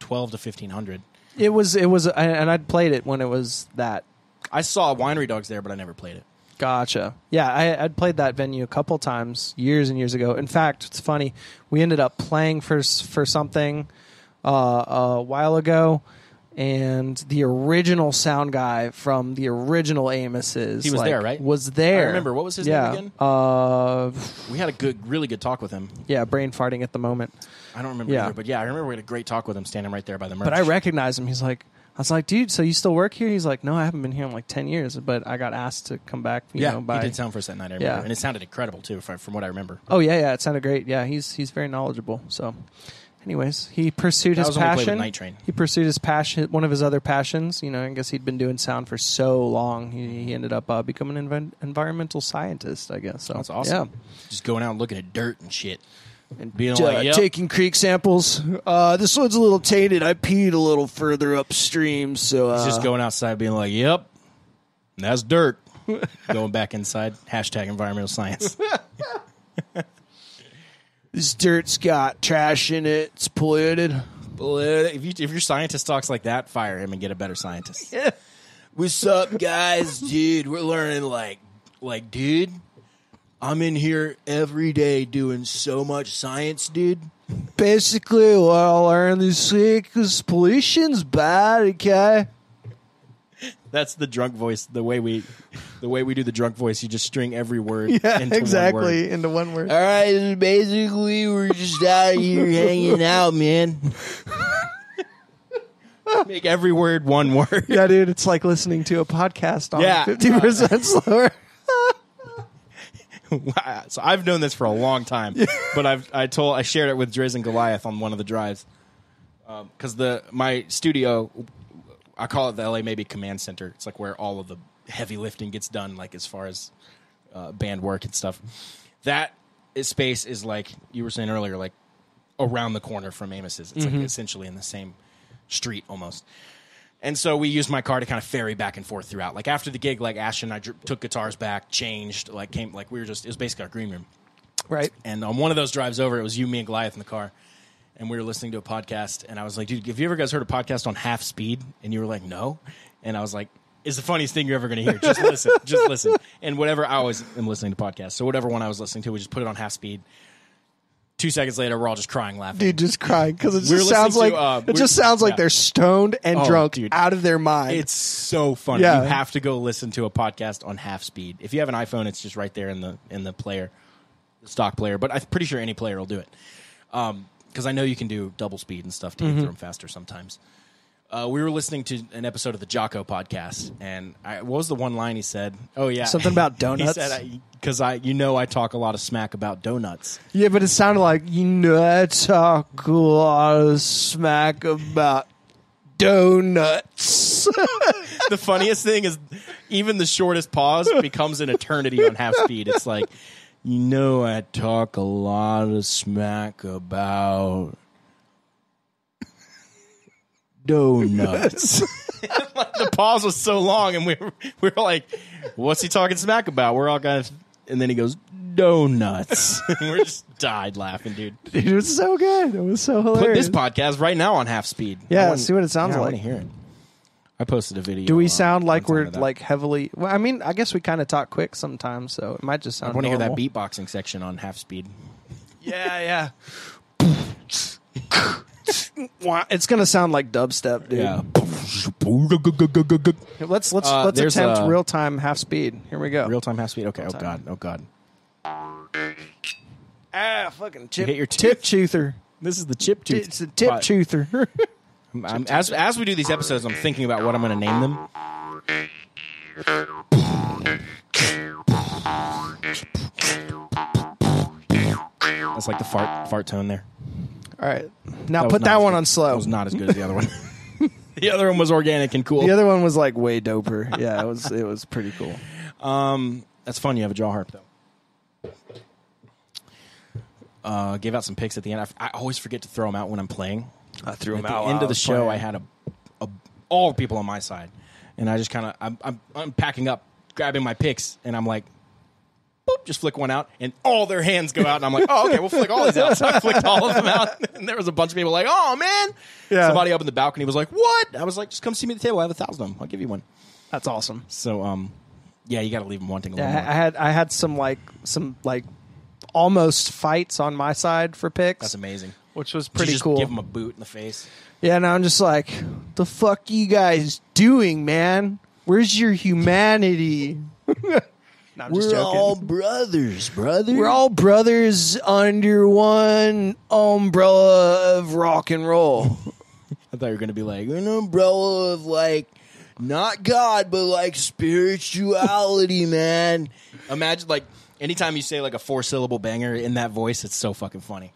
Speaker 2: twelve to fifteen hundred.
Speaker 3: it was it was, and I'd played it when it was that
Speaker 2: I saw Winery Dogs there, but I never played it.
Speaker 3: Gotcha. Yeah, I, I'd played that venue a couple times years and years ago. In fact, it's funny. We ended up playing for s- for something uh, a while ago, and the original sound guy from the original Amos's
Speaker 2: He was
Speaker 3: like,
Speaker 2: there, right?
Speaker 3: Was there?
Speaker 2: I remember. What was his name
Speaker 3: yeah.
Speaker 2: again?
Speaker 3: Uh,
Speaker 2: We had a good, really good talk with him.
Speaker 3: yeah, brain farting at the moment.
Speaker 2: I don't remember
Speaker 3: Yeah.
Speaker 2: either, but yeah, I remember we had a great talk with him standing right there by the merch.
Speaker 3: But I recognized him. He's like. I was like, dude, so you still work here? He's like, no, I haven't been here in like ten years, but I got asked to come back. You
Speaker 2: yeah,
Speaker 3: know, by
Speaker 2: he did sound for us that night. I remember,
Speaker 3: Yeah.
Speaker 2: and it sounded incredible too, from, from what I remember.
Speaker 3: Oh yeah, yeah, it sounded great. Yeah, he's he's very knowledgeable. So, anyways, he pursued
Speaker 2: That
Speaker 3: his
Speaker 2: was when we played with
Speaker 3: passion.
Speaker 2: Night Train.
Speaker 3: He pursued his passion, one of his other passions. You know, I guess he'd been doing sound for so long. He, he ended up uh, becoming an envi- environmental scientist. I guess. So
Speaker 2: That's awesome. Just going out and looking at dirt and shit, and being
Speaker 3: Yeah. Uh,
Speaker 2: like, yep,
Speaker 3: Taking creek samples. Uh, this one's a little tainted. I peed a little further upstream, so uh,
Speaker 2: he's just going outside, being like, yep, that's dirt. going back inside. Hashtag environmental science.
Speaker 3: this dirt's got trash in it. It's polluted.
Speaker 2: If you if your scientist talks like that, fire him and get a better scientist. What's up, guys? dude, we're learning like like dude. I'm in here every day doing so much science, dude.
Speaker 3: Basically, what I learned this week is pollution's bad, okay?
Speaker 2: That's the drunk voice. The way we, the way we do the drunk voice, you just string every word. into one word.
Speaker 3: into one word.
Speaker 2: All right, basically, we're just out here hanging out, man. Make every word one word.
Speaker 3: Yeah, dude, it's like listening to a podcast on
Speaker 2: Yeah.
Speaker 3: 50% slower.
Speaker 2: Wow. so I've known this for a long time, but I've I told I shared it with Driz and Goliath on one of the drives because the my studio I call it the LA maybe command center. It's like where all of the heavy lifting gets done, like as far as uh, band work and stuff. That is, space is like you were saying earlier, like around the corner from Amos's. It's like essentially in the same street almost. And so we used my car to kind of ferry back and forth throughout. Like after the gig, like Ash and I dr- took guitars back, changed, like came, like we were just, it was basically our green room.
Speaker 3: Right.
Speaker 2: And on one of those drives over, it was you, me, and Goliath in the car. And we were listening to a podcast. And I was like, dude, have you ever guys heard a podcast on half speed? And you were like, no. And I was like, it's the funniest thing you're ever going to hear. Just listen. just listen. And whatever, I always am listening to podcasts. So whatever one I was listening to, we just put it on half speed. Two seconds later, we're all just crying laughing.
Speaker 3: Dude, just crying because it just
Speaker 2: were listening
Speaker 3: sounds
Speaker 2: to,
Speaker 3: like
Speaker 2: uh,
Speaker 3: it
Speaker 2: we-
Speaker 3: just sounds like
Speaker 2: yeah.
Speaker 3: they're stoned and
Speaker 2: Oh,
Speaker 3: drunk
Speaker 2: dude.
Speaker 3: out of their mind.
Speaker 2: It's so funny.
Speaker 3: Yeah.
Speaker 2: You have to go listen to a podcast on half speed. If you have an iPhone, it's just right there in the in the player, the stock player. But I'm pretty sure any player will do it. Because I know you can do double speed and stuff
Speaker 3: Mm-hmm.
Speaker 2: to get through them faster sometimes. Uh, we were listening to an episode of the Jocko podcast, and I, what was the one line he said? Oh yeah,
Speaker 3: Something about donuts?
Speaker 2: Because I, you know, I talk a lot of smack about donuts.
Speaker 3: yeah, but it sounded like you know I talk a lot of smack about donuts.
Speaker 2: the funniest thing is even the shortest pause becomes an eternity on half speed. It's like, you know, I talk a lot of smack about donuts. Like, the pause was so long, and we were, we were like, what's he talking smack about? We're all kind of, and then he goes, donuts. and we're just died laughing, dude.
Speaker 3: Dude, it was so good. It was so hilarious.
Speaker 2: Put this podcast right now on half speed. I
Speaker 3: Yeah,
Speaker 2: wanna-
Speaker 3: see what it sounds
Speaker 2: yeah, I
Speaker 3: like.
Speaker 2: want to hear it. I posted a video.
Speaker 3: Do we
Speaker 2: uh,
Speaker 3: sound
Speaker 2: one
Speaker 3: like
Speaker 2: time
Speaker 3: we're
Speaker 2: of that.
Speaker 3: like heavily? Well, I mean, I guess we kind of talk quick sometimes, so it might just sound.
Speaker 2: I want to hear that
Speaker 3: normal.
Speaker 2: beatboxing section on half speed.
Speaker 3: Yeah, yeah. Wah, it's gonna sound like dubstep, dude. Let's let's
Speaker 2: Uh,
Speaker 3: let's
Speaker 2: there's
Speaker 3: attempt
Speaker 2: a-
Speaker 3: real time half speed. Here we go.
Speaker 2: Real time half speed. Okay. Oh
Speaker 3: time.
Speaker 2: god. Oh god.
Speaker 3: ah, fucking chip
Speaker 2: hit your
Speaker 3: tip
Speaker 2: tooth.
Speaker 3: choother.
Speaker 2: This is the chip tooth.
Speaker 3: It's a tip choother.
Speaker 2: I'm- I'm- as as we do these episodes, I'm thinking about what I'm going to name them. That's like the fart fart tone there.
Speaker 3: All right, now
Speaker 2: was
Speaker 3: put
Speaker 2: not
Speaker 3: that
Speaker 2: as
Speaker 3: one
Speaker 2: good.
Speaker 3: on
Speaker 2: That
Speaker 3: slow.
Speaker 2: was not as good as the other one. the other one was organic and cool.
Speaker 3: the other one was like way doper. Yeah, it was it was pretty cool.
Speaker 2: That's fun. You have a jaw harp though. Uh, gave out some picks at the end. I, f- I always forget to throw them out when I'm playing.
Speaker 3: I threw
Speaker 2: At
Speaker 3: him
Speaker 2: the
Speaker 3: out. while
Speaker 2: end of the
Speaker 3: was
Speaker 2: show,
Speaker 3: playing.
Speaker 2: I had a, a all people on my side, and I just kind of I'm, I'm I'm packing up, grabbing my picks, and I'm like, boop, just flick one out, and all their hands go out, and I'm like, oh okay, we'll flick all these out. So I flicked all of them out, and there was a bunch of people like, oh man,
Speaker 3: Yeah.
Speaker 2: somebody up in the balcony was like, what? I was like, just come see me at the table. I have a thousand of them. I'll give you one.
Speaker 3: That's awesome.
Speaker 2: So um, yeah, you got to leave them wanting a little
Speaker 3: Yeah,
Speaker 2: more.
Speaker 3: I I had I had some like some like almost fights on my side for picks.
Speaker 2: That's amazing.
Speaker 3: Which was
Speaker 2: Did you
Speaker 3: pretty
Speaker 2: just
Speaker 3: cool.
Speaker 2: Give him a boot in the face.
Speaker 3: yeah, and I'm just like, the fuck you guys doing, man? Where's your humanity? No, I'm just joking.
Speaker 2: brothers, brother.
Speaker 3: We're all brothers under one umbrella of rock and roll.
Speaker 2: I thought you were gonna be like an umbrella of like not God, but like spirituality, man. Imagine like anytime you say like a four syllable banger in that voice, it's so fucking funny.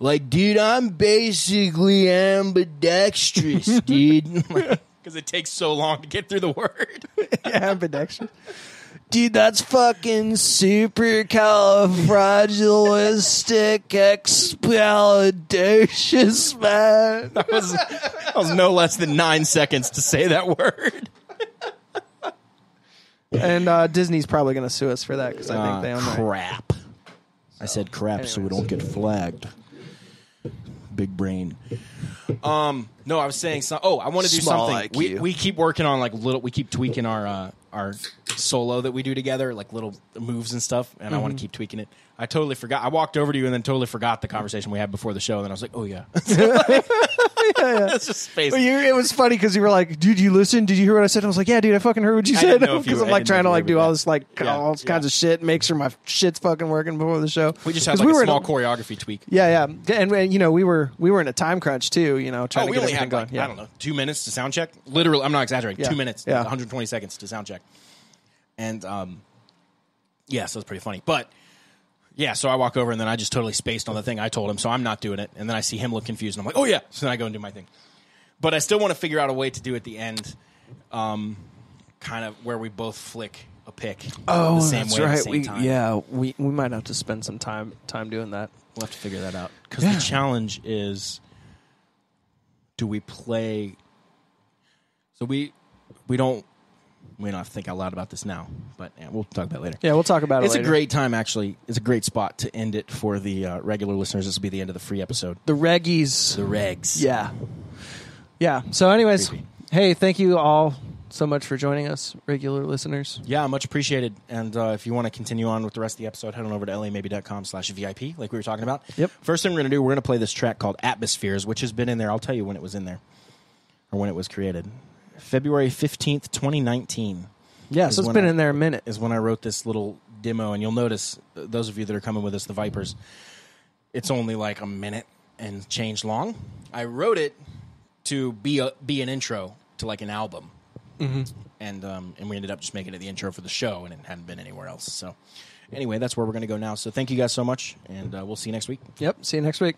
Speaker 2: Like, dude, I'm basically ambidextrous, dude. Because it takes so long to get through the word.
Speaker 3: ambidextrous. Dude, that's fucking super califragilistic expialidocious, man.
Speaker 2: That was, that was no less than nine seconds to say that word.
Speaker 3: And uh, Disney's probably going to sue us for that because I think
Speaker 2: Ah,
Speaker 3: they own that.
Speaker 2: crap. I said crap so we
Speaker 3: anyways.
Speaker 2: don't get flagged. big brain. Um, no, I was saying so. Oh, I want to do
Speaker 4: Small
Speaker 2: something.
Speaker 4: IQ.
Speaker 2: We we keep working on like little. We keep tweaking our uh, our solo that we do together, like little moves and stuff. And I want to keep tweaking it. I totally forgot. I walked over to you and then totally forgot the conversation we had before the show. And then I was like, oh yeah, that's just space.
Speaker 3: Well, you, it was funny because you were like, "Dude, you listen? Did you hear what I said?" I was like, "Yeah, dude, I fucking heard what you
Speaker 2: I
Speaker 3: said."
Speaker 2: didn't know if you
Speaker 3: Because
Speaker 2: were-
Speaker 3: I'm
Speaker 2: I
Speaker 3: like
Speaker 2: didn't know
Speaker 3: trying to
Speaker 2: if you
Speaker 3: like
Speaker 2: were
Speaker 3: do
Speaker 2: with
Speaker 3: all
Speaker 2: that.
Speaker 3: this like
Speaker 2: Yeah,
Speaker 3: all kinds
Speaker 2: yeah.
Speaker 3: of shit, make sure my shit's fucking working before the show.
Speaker 2: we just
Speaker 3: 'Cause
Speaker 2: had like
Speaker 3: were
Speaker 2: a
Speaker 3: in
Speaker 2: small choreography tweak.
Speaker 3: Yeah, yeah, and, and you know we were we were in a time crunch too. You know, trying
Speaker 2: Oh,
Speaker 3: to
Speaker 2: we
Speaker 3: get
Speaker 2: only
Speaker 3: everything
Speaker 2: had
Speaker 3: going.
Speaker 2: like,
Speaker 3: yeah.
Speaker 2: I don't know two minutes to sound check. Literally, I'm not exaggerating.
Speaker 3: Yeah.
Speaker 2: Two minutes,
Speaker 3: Yeah.
Speaker 2: like 120 seconds to sound check. And um, yeah, so it's pretty funny. But yeah, so I walk over and then I just totally spaced on the thing I told him, so I'm not doing it. And then I see him look confused, and I'm like, oh yeah. So then I go and do my thing. But I still want to figure out a way to do at the end, um, kind of where we both flick a pick.
Speaker 3: Oh,
Speaker 2: the same
Speaker 3: that's
Speaker 2: way at
Speaker 3: right.
Speaker 2: the same
Speaker 3: we,
Speaker 2: time.
Speaker 3: Yeah, we we might have to spend some time time doing that.
Speaker 2: We'll have to figure that out because
Speaker 3: Yeah.
Speaker 2: the challenge is: do we play? So we we don't we don't have to think out loud about this now, but yeah, we'll talk about it later.
Speaker 3: Yeah, we'll talk about it.
Speaker 2: it's
Speaker 3: later.
Speaker 2: a great time actually. It's a great spot to end it for the uh, regular listeners. This will be the end of the free episode.
Speaker 3: the reggies.
Speaker 2: The regs,
Speaker 3: Yeah, yeah. So, anyways,
Speaker 2: Creepy.
Speaker 3: hey, thank you all so much for joining us, regular listeners.
Speaker 2: yeah, much appreciated. And uh, if you want to continue on with the rest of the episode, head on over to lamaybe.com slash VIP, like we were talking about.
Speaker 3: Yep.
Speaker 2: First thing we're going to do, we're going to play this track called Atmospheres, which has been in there. I'll tell you when it was in there or when it was created. February 15th, 2019
Speaker 3: Yeah,
Speaker 2: Is
Speaker 3: so it's
Speaker 2: when
Speaker 3: been
Speaker 2: I-
Speaker 3: in there a minute.
Speaker 2: is when I wrote this little demo. And you'll notice, th- those of you that are coming with us, the Vipers, it's only like a minute and change long. I wrote it to be, a, be an intro to like an album and um, and we ended up just making it the intro for the show, and it hadn't been anywhere else. So, anyway, that's where we're going to go now. So, thank you guys so much, and uh, we'll see you next week.
Speaker 3: Yep. See you next week.